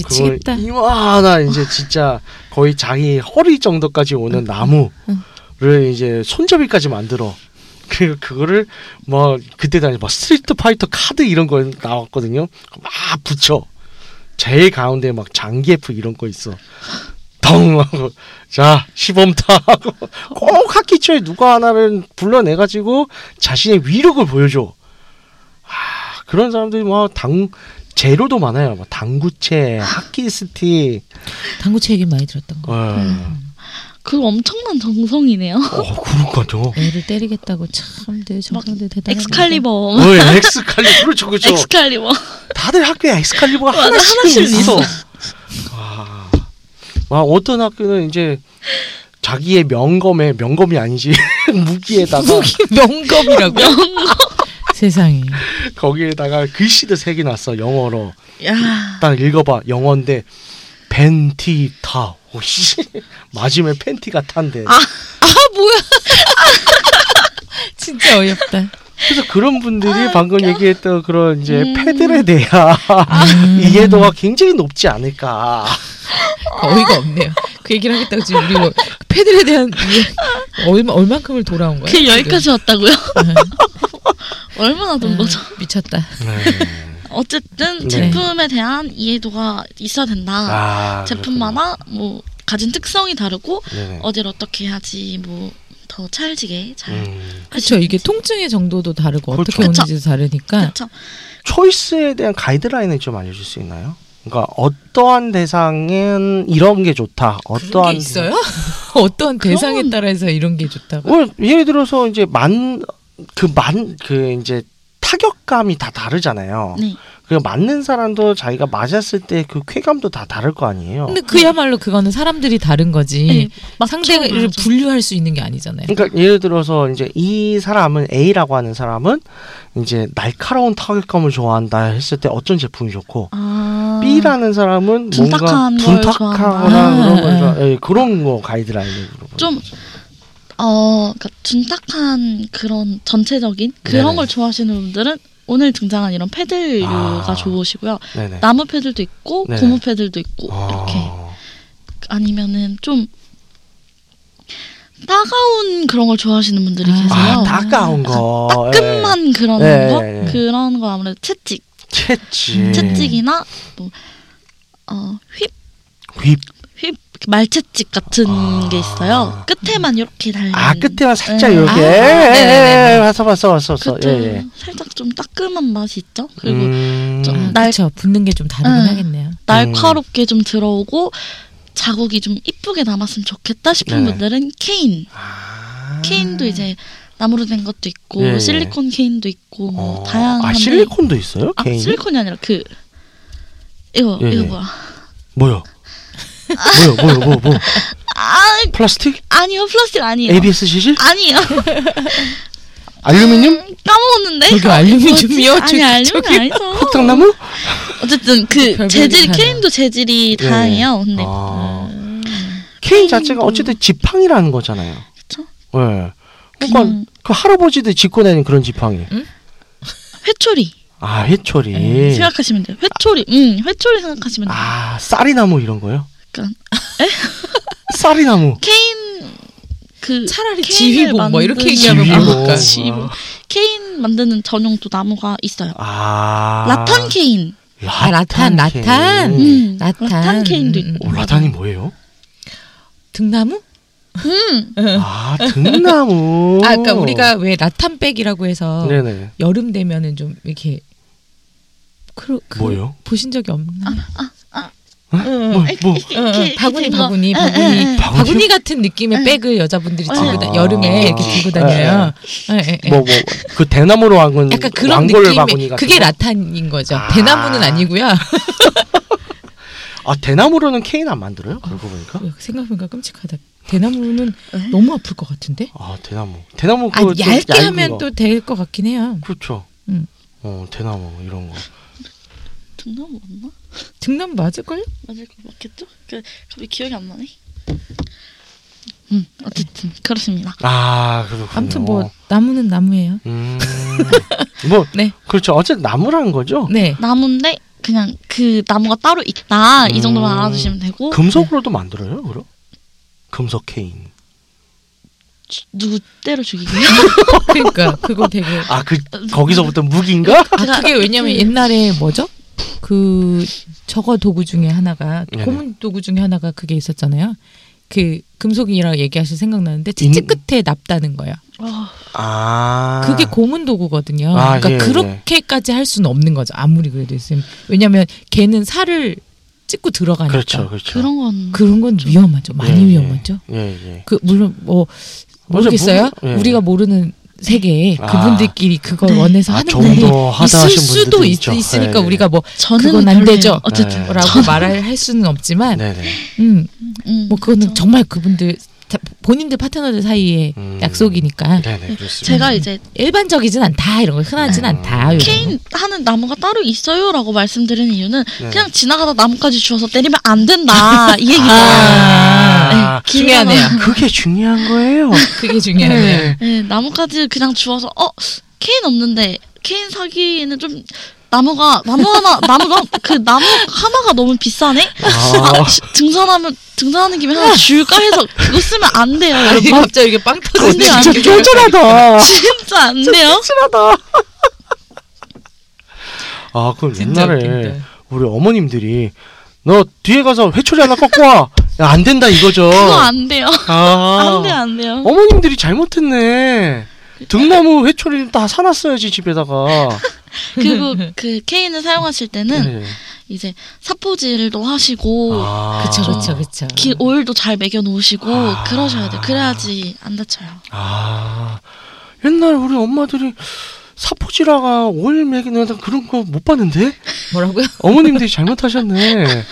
그걸
미치겠다.
이만한 이제 진짜 거의 자기 허리 정도까지 오는 나무를 이제 손잡이까지 만들어. 그 그거를 뭐 그때 당시 막 스트리트 파이터 카드 이런 거 나왔거든요. 막 붙여. 제일 가운데 막 장기F 이런 거 있어. 덩하고 자 시범타 하고 꼭 학기 초에 누가 하나를 불러내가지고 자신의 위력을 보여줘. 아 그런 사람들이 뭐당 재료도 많아요. 뭐
아.
당구채, 학기 스틱.
당구채 얘기 많이 들었던 거.
어,
그 엄청난 정성이네요.
어 그럴 것 같아요.
애를 때리겠다고 참들 정성들 대단.
엑스칼리버.
어, 엑스칼리버 그렇죠 그렇죠.
엑스칼리버.
다들 학교에 엑스칼리버가
맞아,
하나씩
하나씩은
있어. 와, 와 아. 어떤 학교는 이제 자기의 명검에 명검이 아니지 무기에다가
명검이라고. 세상에.
거기에다가 글씨도 색이 났어 영어로
야.
딱 읽어봐 영어인데 벤티타 오씨 맞으면 팬티가 탄대
아 뭐야? 진짜 어이없다.
그래서 그런 분들이 방금 얘기했던 그런 이제
아, 음. 아.
패들에 대한 이해도가 굉장히 높지 않을까
어이가 없네요. 그 얘기를 하겠다고 지금 우리 뭐 패들에 대한 이게 얼마 얼만큼을 돌아온 거야?
그 여기까지 왔다고요? 네. 얼마나 돈 거죠?
아, 미쳤다. 네.
어쨌든
네.
제품에 대한 이해도가 있어야 된다.
아,
제품마다 뭐 가진 특성이 다르고
그렇군요. 네네.
어디를 어떻게 해야지 뭐 더 찰지게 잘.
음.
그렇죠. 이게 통증의 정도도 다르고 어떻게
그렇죠.
오는지도 다르니까.
그렇죠.
초이스에 대한 가이드라인을 좀 알려줄 수 있나요? 그러니까 어떠한 대상은 이런 게 좋다.
그런
어떠한 뭐.
게 있어요? 어떤 대상에
그런-
따라서 이런 게 좋다고?
어, 예를 들어서 이제 만 그 만 그 이제 타격감이 다 다르잖아요.
네.
그 맞는 사람도 자기가 맞았을 때 그 쾌감도 다 다를 거 아니에요.
근데 그야말로 그거는 사람들이 다른 거지.
예,
네, 맞죠,
상대를
맞아.
분류할 수 있는 게 아니잖아요.
그러니까 예를 들어서 이제 이 사람은 A라고 하는 사람은 이제 날카로운 타격감을 좋아한다 했을 때 어떤 제품이 좋고
아.
B라는 사람은 뭔가
둔탁한 걸 네.
둔탁하거나
좋아한다.
그런 걸
아,
좋아, 예, 그런 거 가이드라인으로
좀 어, 그러니까 둔탁한 그런 전체적인 그런
네네.
걸 좋아하시는 분들은 오늘 등장한 이런 패들류가
아.
좋으시고요.
네네
나무 패들도 있고
네네.
고무 패들도 있고 이렇게
아,
아니면은 좀 따가운 그런 걸 좋아하시는 분들이
아,
계세요.
아 따가운 거 예.
아, 따끔한 그런
예,
거
예, 예.
그런 거 아무래도 채찍,
채찍
채찍이나 뭐 어, 휩,
휩
휩 말채집 같은
아.
게 있어요. 끝에만 이렇게 달린.
아 끝에만 살짝
네.
이렇게
아, 네네네.
예, 예, 와서 와서 와서 와서
그쵸.
예, 예.
살짝 좀 따끔한 맛이 있죠. 그리고
음,
좀
아,
날-
그쵸. 붙는 게 좀 다르긴
응.
하겠네요.
날카롭게 좀 들어오고 자국이 좀 이쁘게 남았으면 좋겠다 싶은
네네.
분들은 케인.
아.
케인도 이제 나무로 된 것도 있고
예, 예.
실리콘 케인도 있고 뭐
어.
다양한데
아 실리콘도 있어요?
아,
개인
실리콘이 아니라 그 이거
예,
이거
예.
뭐야?
뭐요? 뭐요? 뭐요? 뭐 뭐?
아
플라스틱?
아니요 플라스틱 아니에요.
ABS 시실?
아니에요.
알루미늄?
음, 까먹었는데.
저기 알루미늄이요?
아니 알루미늄
저기
아니죠.
흑당나무?
어쨌든 그
별별이
재질
다양해요.
케인도 재질이
예, 예.
다양해요. 근데
아. 케인 자체가 어쨌든 지팡이라는 거잖아요.
그쵸?
예. 그러니까
그냥-
그 할아버지들 짓고 다니는 그런 지팡이.
회초리
아 회초리.
음, 생각하시면 돼요. 회초리, 음 회초리 생각하시면 돼요.
아 쌀이나무 이런 거요?
그러니까
쌀이나무.
케인 그
차라리
케인을
지휘봉 뭐 이렇게
만드는-
얘기하면
지휘봉.
모를까.
지휘봉. 케인 만드는 전용 또 나무가 있어요.
아.
라탄 케인.
아,
케인.
라탄, 라탄.
음.
음,
라탄.
라탄 케인도 있고.
어, 라탄이 뭐예요?
등나무?
음,
아 등나무.
아, 그러니까 우리가 왜 라탄백이라고 해서
네네.
여름 되면은 좀 이렇게 그, 그
뭐예요?
보신 적이 없나?
어? 뭐, 뭐.
응, 응.
이렇게
바구니
된 거. 응,
바구니 바구니
응, 응.
바구니요?
바구니 같은 느낌의 백을 여자분들이 들고 다,
아.
여름에 이렇게 들고 다녀요. 예, 예, 예.
뭐, 뭐, 그 대나무로 한 건,
약간 그런
왕골
느낌의
바구니가.
그게 라탄인 거죠.
아.
대나무는 아니고요.
아, 대나무로는 케인 안 만들어요? 그러고 보니까.
생각해보니까 끔찍하다. 대나무는
에?
너무 아플 것 같은데.
아, 대나무. 대나무
아
그거 좀
얇게
얇은
하면
거.
또 될 것 같긴 해요.
그렇죠.
음.
어, 대나무, 이런 거.
등나무 맞나?
등나무 맞을걸요?
맞을 거 맞겠죠? 그 갑자기 기억이 안 나네. 음, 어쨌든 그렇습니다.
아, 그렇군요.
아무튼 뭐 나무는 나무예요.
음. 뭐,
네.
그렇죠. 어쨌든 나무라는 거죠?
네.
나무인데 그냥 그 나무가 따로 있다 이 정도만
음.
알아주시면
어,
되고
네.
금속으로도 만들어요, 그럼? 금속 케인.
주- 누구 때려 죽이게
그러니까 그거 되게
아, 그,
어, 네.
거기서부터 무기인가?
아 그게 왜냐면 옛날에 뭐죠? 그 저거 도구 중에 하나가
네네.
고문 도구 중에 하나가 그게 있었잖아요. 그 금속이라 얘기하실 생각나는데
인-
채찍 끝에 납다는 거예요.
어,
아.
그게 고문 도구거든요.
아,
그러니까
예, 예.
그렇게까지 할 수는 없는 거죠. 아무리 그래도 있으면 왜냐면 걔는 살을 찍고 들어가니까
그렇죠, 그렇죠.
그런 건
그런건 위험하죠. 많이
예, 예.
위험하죠.
예, 예.
그 물론 뭐 모르겠어요.
모르- 예.
우리가 모르는 세계에
아.
그분들이 그걸
네.
원해서
아,
하는
조금
분이
더 하다
있을
하신
수도
분들도
있,
있죠.
으니까
예, 예.
우리가 뭐
저는
그건 안
별로예요.
되죠.
어쨌든
네.
뭐라고 말할 할 수는 없지만,
네네.
음,
음,
뭐 그거는
그렇죠.
정말 그분들 자- 본인들 파트너들 사이의
음.
약속이니까
네네, 그렇습니다.
음.
제가 이제
일반적이진 않다 이런 거 흔하진
음.
않다. 요런 거.
케인 하는 나무가 따로 있어요라고 말씀드리는 이유는
네.
그냥 지나가다 나무까지 주워서 때리면 안 된다 이 얘기예요.
아,
네,
중요하네요.
그게 중요한 거예요.
그게 중요해요.
네, 나무까지 그냥 주워서 어 케인 없는데 케인 사기에는 좀 나무가 나무 하나 나무가 그 나무 하나가 너무 비싸네.
아,
아, 시- 등산하면 등산하는 김에 하나 줄까 해서 그거 쓰면 안 돼요.
아니,
여러분.
갑자기 이렇게 빵 터지는
근데 안
진짜
돼요.
쪼잔하다.
진짜 안 돼요.
아, 그럼
진짜
옛날에
웃긴다.
우리 어머님들이 너 뒤에 가서 회초리 하나 꺾고 와. 야, 안 된다 이거죠.
그거 안 돼요.
어. 아,
안 돼요, 안 돼요.
어머님들이 잘못했네. 등나무 회초리는 다 사놨어야지 집에다가.
그리고 그 케인을 사용하실 때는
네.
이제 사포질도 하시고
아,
그쵸, 그쵸, 그쵸.
길 오일도 잘 매겨 놓으시고
아.
그러셔야 돼요. 그래야지 안 다쳐요.
아, 옛날 우리 엄마들이 사포지라가 오일 매기는 그런 거 못 봤는데?
뭐라고요?
어머님들이 잘못하셨네.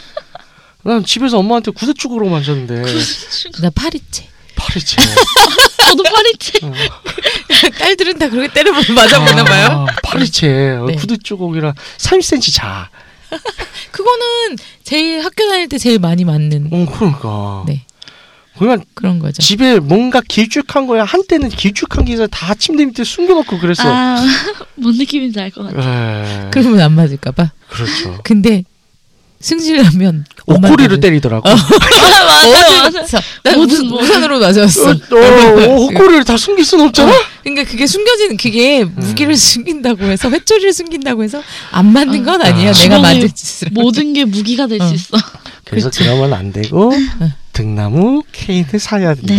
난 집에서 엄마한테 구세축으로 만졌는데
나 파리채.
파리채.
저도 파리채
딸들은 다 그렇게 때려보면 맞아보나 봐요.
아, 파리채.
네.
구두주걱이랑 30cm 자.
그거는 제일 학교 다닐 때 제일 많이 맞는
어, 그러니까.
네.
그러니까
그런 거죠.
집에 뭔가 길쭉한 거야. 한때는 길쭉한 게 있어서 다 침대 밑에 숨겨놓고 그랬어.
아, 뭔 느낌인지 알 것 같아요.
예. 그...
그러면 안 맞을까봐.
렇죠
근데 승질나면
옷걸이로
어,
때리더라고. 어,
맞아 맞아. 난
모든
우산,
뭐.
우산으로 맞았어.
어, 어, 옷걸이를 다 숨길 순 없잖아?
그러니까 그게 숨겨진 그게
음.
무기를 숨긴다고 해서 회초리를 숨긴다고 해서 안 맞는 건 아니에요.
아.
내가
주변에
만든 짓을.
모든 게 무기가 될 수
어.
있어.
네.
그래서 그러면 안 되고 등나무 케인을 사야 된다.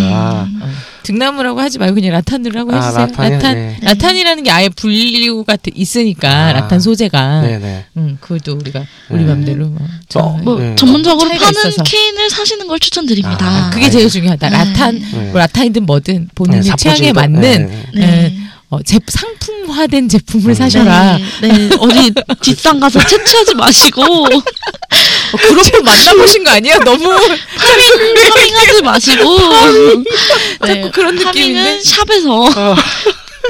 네.
어. 등나무라고 하지 말고 그냥 라탄으라고
아,
해주세요.
라탄이요?
라탄
네.
라탄이라는 게 아예 분류가 돼- 있으니까
아.
라탄 소재가.
네네.
음, 그것도 우리가 우리
네.
맘대로 뭐. 정하는.
뭐
네.
전문적으로
차이가
파는
있어서.
케인을 사시는 걸 추천드립니다.
아,
그게 제일 중요하다.
네.
라탄
네.
뭐 라탄이든 뭐든 본인의
네,
취향에
사포질도-
맞는
네.
예, 어, 제 상품화된 제품을 사셔라.
네, 네. 어디 뒷산 가서 채취하지 마시고
어, 그룹을 만나보신 거 아니야? 너무
파밍하지 마시고 네.
자꾸 그런
파밍은
느낌인데.
샵에서
어.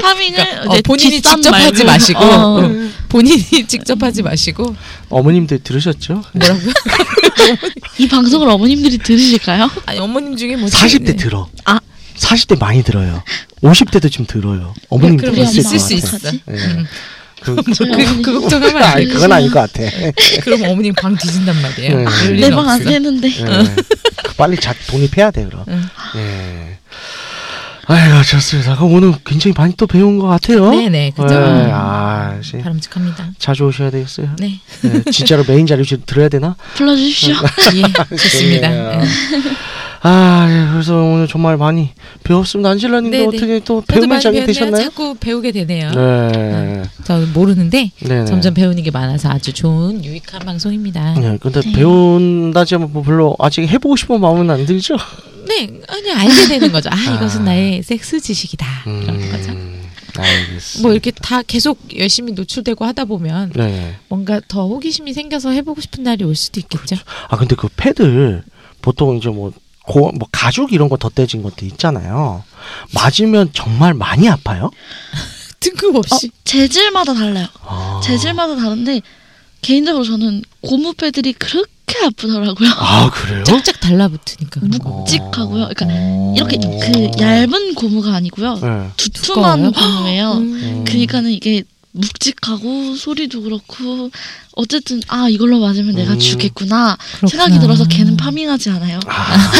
파밍은
그러니까, 어,
이제
본인이
뒷산
직접 하지
말고.
마시고
어.
어, 본인이 직접 하지 마시고
어머님들 들으셨죠? 네.
뭐라고요?
이 방송을 어머님들이 들으실까요?
아니 어머님 중에 뭐
40대 들어.
아.
40대 많이 들어요. 50대도 지금 들어요. 어머님들
그럼
있을
있을
것
수
같아.
있어.
예.
음.
그,
저희
그,
어머니
그 걱정하면 안
아니,
돼.
그건 아닌 것 같아. 예.
그럼 어머님 방 뒤진단 말이에요. 아,
네.
그럴 리는
내방 안
없어.
되는데
네. 음.
그 빨리 자, 독립해야 돼 그럼.
응.
예. 아이고 좋습니다. 그럼 오늘 굉장히 많이 또 배운 것 같아요.
네네 그죠. 음.
예, 아, 씨.
바람직합니다.
자주 오셔야 되겠어요.
네.
예, 진짜로 메인 자료 지금 들어야 되나?
불러주십시오.
예, 좋습니다.
예.
네.
아, 예, 그래서 오늘 정말 많이 배웠습니다. 안질라님도
네, 네.
어떻게 또
저도
배움의
많이
장이
배웠네요.
되셨나요?
자꾸 배우게 되네요.
네.
저 모르는데
네.
점점 배우는 게 많아서 아주 좋은 유익한 방송입니다.
네, 근데
네.
배운다지 뭐 별로 아직 해보고 싶은 마음은 안 들죠?
네, 아니 알게 되는 거죠. 아,
아.
이것은 나의 섹스 지식이다. 이런 거죠.
음, 알겠습니다.
뭐 이렇게 다 계속 열심히 노출되고 하다 보면
네.
뭔가 더 호기심이 생겨서 해보고 싶은 날이 올 수도 있겠죠.
아 근데 그 패들 보통 이제 뭐, 고, 뭐 가죽 이런 거 덧대진 것도 있잖아요. 맞으면 정말 많이 아파요?
등급
어,
없이.
재질마다 달라요.
아.
재질마다 다른데 개인적으로 저는 고무 패들이 그렇게 아프더라고요.
아 그래요?
쫙 달라붙으니까 그런 거.
묵직하고요. 그러니까
어.
이렇게 그 얇은 고무가 아니고요.
네.
두툼한
두꺼워요?
고무예요.
음.
그러니까는 이게 묵직하고 소리도 그렇고 어쨌든 아 이걸로 맞으면 내가
음.
죽겠구나
그렇구나.
생각이 들어서 걔는 파밍하지 않아요.
아.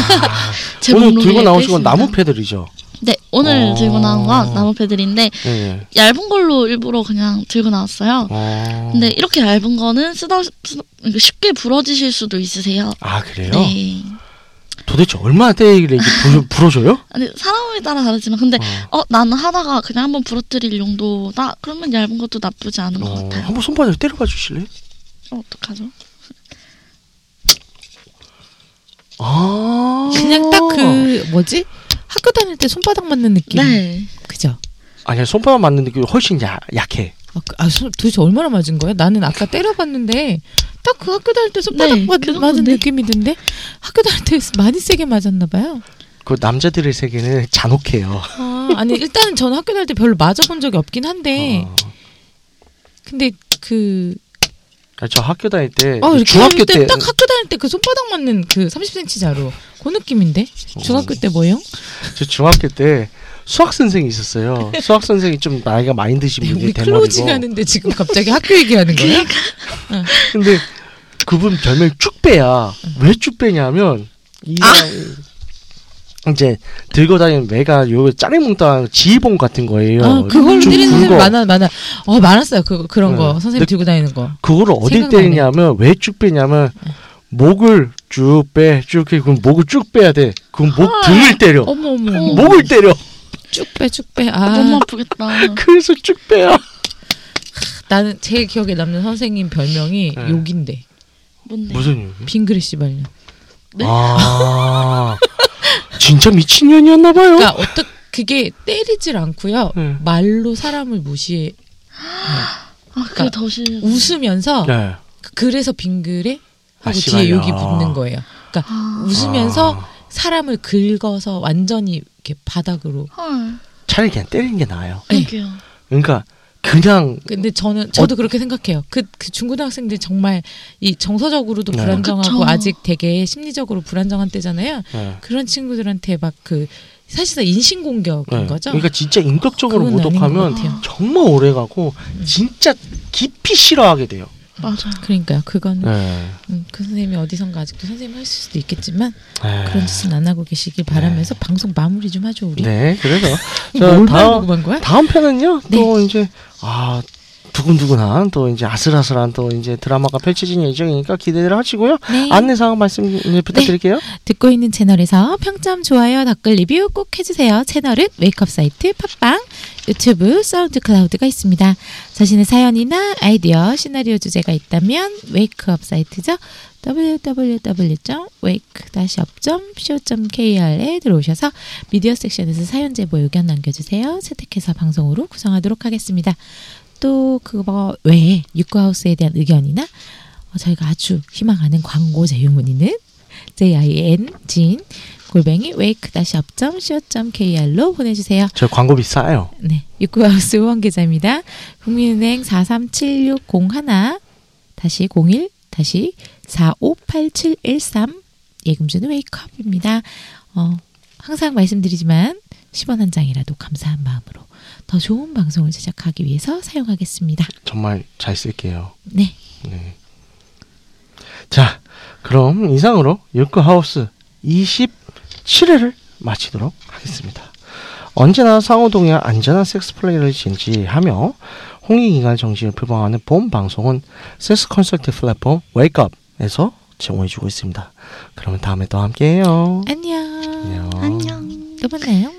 제
오늘
목록에
들고 나오신 건
뺐습니다.
나무 패들이죠.
네 오늘
어.
들고 나온 건 나무 패들인데
네.
얇은 걸로 일부러 그냥 들고 나왔어요.
어.
근데 이렇게 얇은 거는 쓰다 쓰, 그러니까 쉽게 부러지실 수도 있으세요.
아 그래요?
네.
도대체 얼마 때이길래 이게 부러져요?
아니 사람에 따라 다르지만 근데 어 나는 하다가 그냥 한번 부러뜨릴 용도다 그러면 얇은 것도 나쁘지 않은 것
어,
같아요.
한번 손바닥 때려봐 주실래요?
어, 어떡하죠?
아
그냥 딱 그 뭐지? 학교 다닐 때 손바닥 맞는 느낌.
네.
그죠?
아니야 손바닥 맞는 느낌이 훨씬 야, 약해.
아, 그- 아, 손 도대체 얼마나 맞은 거야? 나는 아까 때려봤는데 딱 그 학교 다닐 때 손바닥
네,
맞,
그
맞은
정도인데.
느낌이던데 학교 다닐 때 많이 세게 맞았나 봐요.
그 남자들의 세계는 잔혹해요.
아, 아니 일단은 저는 학교 다닐 때 별로 맞아본 적이 없긴 한데
어.
근데 그
아, 저 학교 다닐 때
어, 이렇게
중학교
할
때,
때, 딱 학교 다닐 때 그 손바닥 맞는 그 30cm 자로 그 느낌인데
어.
중학교 때 뭐요?
저 중학교 때 수학 선생이 있었어요. 수학 선생이 좀 나이가 많이 드신 분이
네, 우리
대머리고.
클로징 하는데 지금 갑자기 학교 얘기하는 거야?
근데 그분 별명 쭉배야.
음.
왜 쭉배냐면 이
그러니까.
아,
이제 들고 다니는 매가 요 짜리몽땅 지휘봉 같은 거예요.
아, 그걸로
쭉
때리는
굵어.
사람 많아 많아. 어 많았어요. 그 그런
네.
거 선생님
근데
들고 다니는 거.
그거를 어디
생각나네.
때리냐면 왜 쭉 빼냐면 목을 쭉 빼, 쭉 해. 그럼 목을 쭉 빼야 돼. 그럼 목 등을 때려.
아. 어머 어머 어머.
목을 때려.
쭉빼 쭉빼.
아,
아
너무 아프겠다.
그래서 쭉 빼야.
나는 제일 기억에 남는 선생님 별명이
네. 어?
욕인데
뭔데?
무슨 일?
빙그레 씨발년.
네.
네?
아, 진짜 미친년이었나 봐요.
그러니까 어떻 그게 때리질 않고요.
네.
말로 사람을 무시해
아 그게 더 싫어.
웃으면서
네.
그래서 빙그레
아,
하고 뒤에
씨발년.
욕이 붙는 거예요. 그러니까
아,
웃으면서
아,
사람을 긁어서 완전히 이렇게 바닥으로.
아.
헐.
차라리 그냥 때리는 게 나아요.
네.
그러게요.
그러니까 그냥
근데 저는
어.
저도 그렇게 생각해요. 그, 그 중고등학생들 정말 이 정서적으로도
네.
불안정하고
그쵸.
아직 되게 심리적으로 불안정한 때잖아요.
네.
그런 친구들한테 막 그 사실상 인신 공격인
네.
거죠.
그러니까 진짜 인격적으로
그건 아닌
모독하면
것 같아요. 음.
정말 오래 가고 진짜 깊이 싫어하게 돼요.
맞아. 요
그러니까요. 그건
네.
음, 그 선생님이 어디선가 아직도 선생님 하실 수도 있겠지만
네.
그런 짓은 안 하고 계시길 바라면서 방송 마무리 좀 하죠 우리.
네, 그래서
뭘
자, 네.
네. 말고
다음
그만 거야?
다음 편은요. 또 이제 아 두근두근한 또 이제 아슬아슬한 또 이제 드라마가 펼쳐진 예정이니까 기대를 하시고요.
네.
안내 사항 말씀 이제 부탁드릴게요.
듣고 있는 채널에서 평점, 좋아요, 댓글 리뷰 꼭 해주세요. 채널은 웨이크업 사이트, 팟빵, 유튜브, 사운드 클라우드가 있습니다. 자신의 사연이나 아이디어, 시나리오 주제가 있다면 웨이크업 사이트죠. www.wake-up.co.kr에 들어오셔서 미디어 섹션에서 사연 제보 의견 남겨주세요. 채택해서 방송으로 구성하도록 하겠습니다. 또 그거 외에 유쿠하우스에 대한 의견이나 어, 저희가 아주 희망하는 광고 제휴 문의는 jin 진 골뱅이 wake-up.co.kr로 보내주세요.
저 광고비 싸요.
네, 육구하우스 후원 계좌입니다. 국민은행 437601 다시 01 다시 458713 예금주는 웨이크업입니다. 어, 항상 말씀드리지만 10원 한 장이라도 감사한 마음으로 더 좋은 방송을 제작하기 위해서 사용하겠습니다.
정말 잘 쓸게요.
네,
네. 자, 그럼 이상으로 유크 하우스 27회를 마치도록 하겠습니다. 언제나 상호동의 안전한 섹스 플레이를 진지하며 홍익 인간 정신을 표방하는 본 방송은 섹스 컨설팅 플랫폼 웨이크업에서 제공해주고 있습니다. 그러면 다음에 또 함께해요.
안녕.
안녕.
안녕.
또 만나요.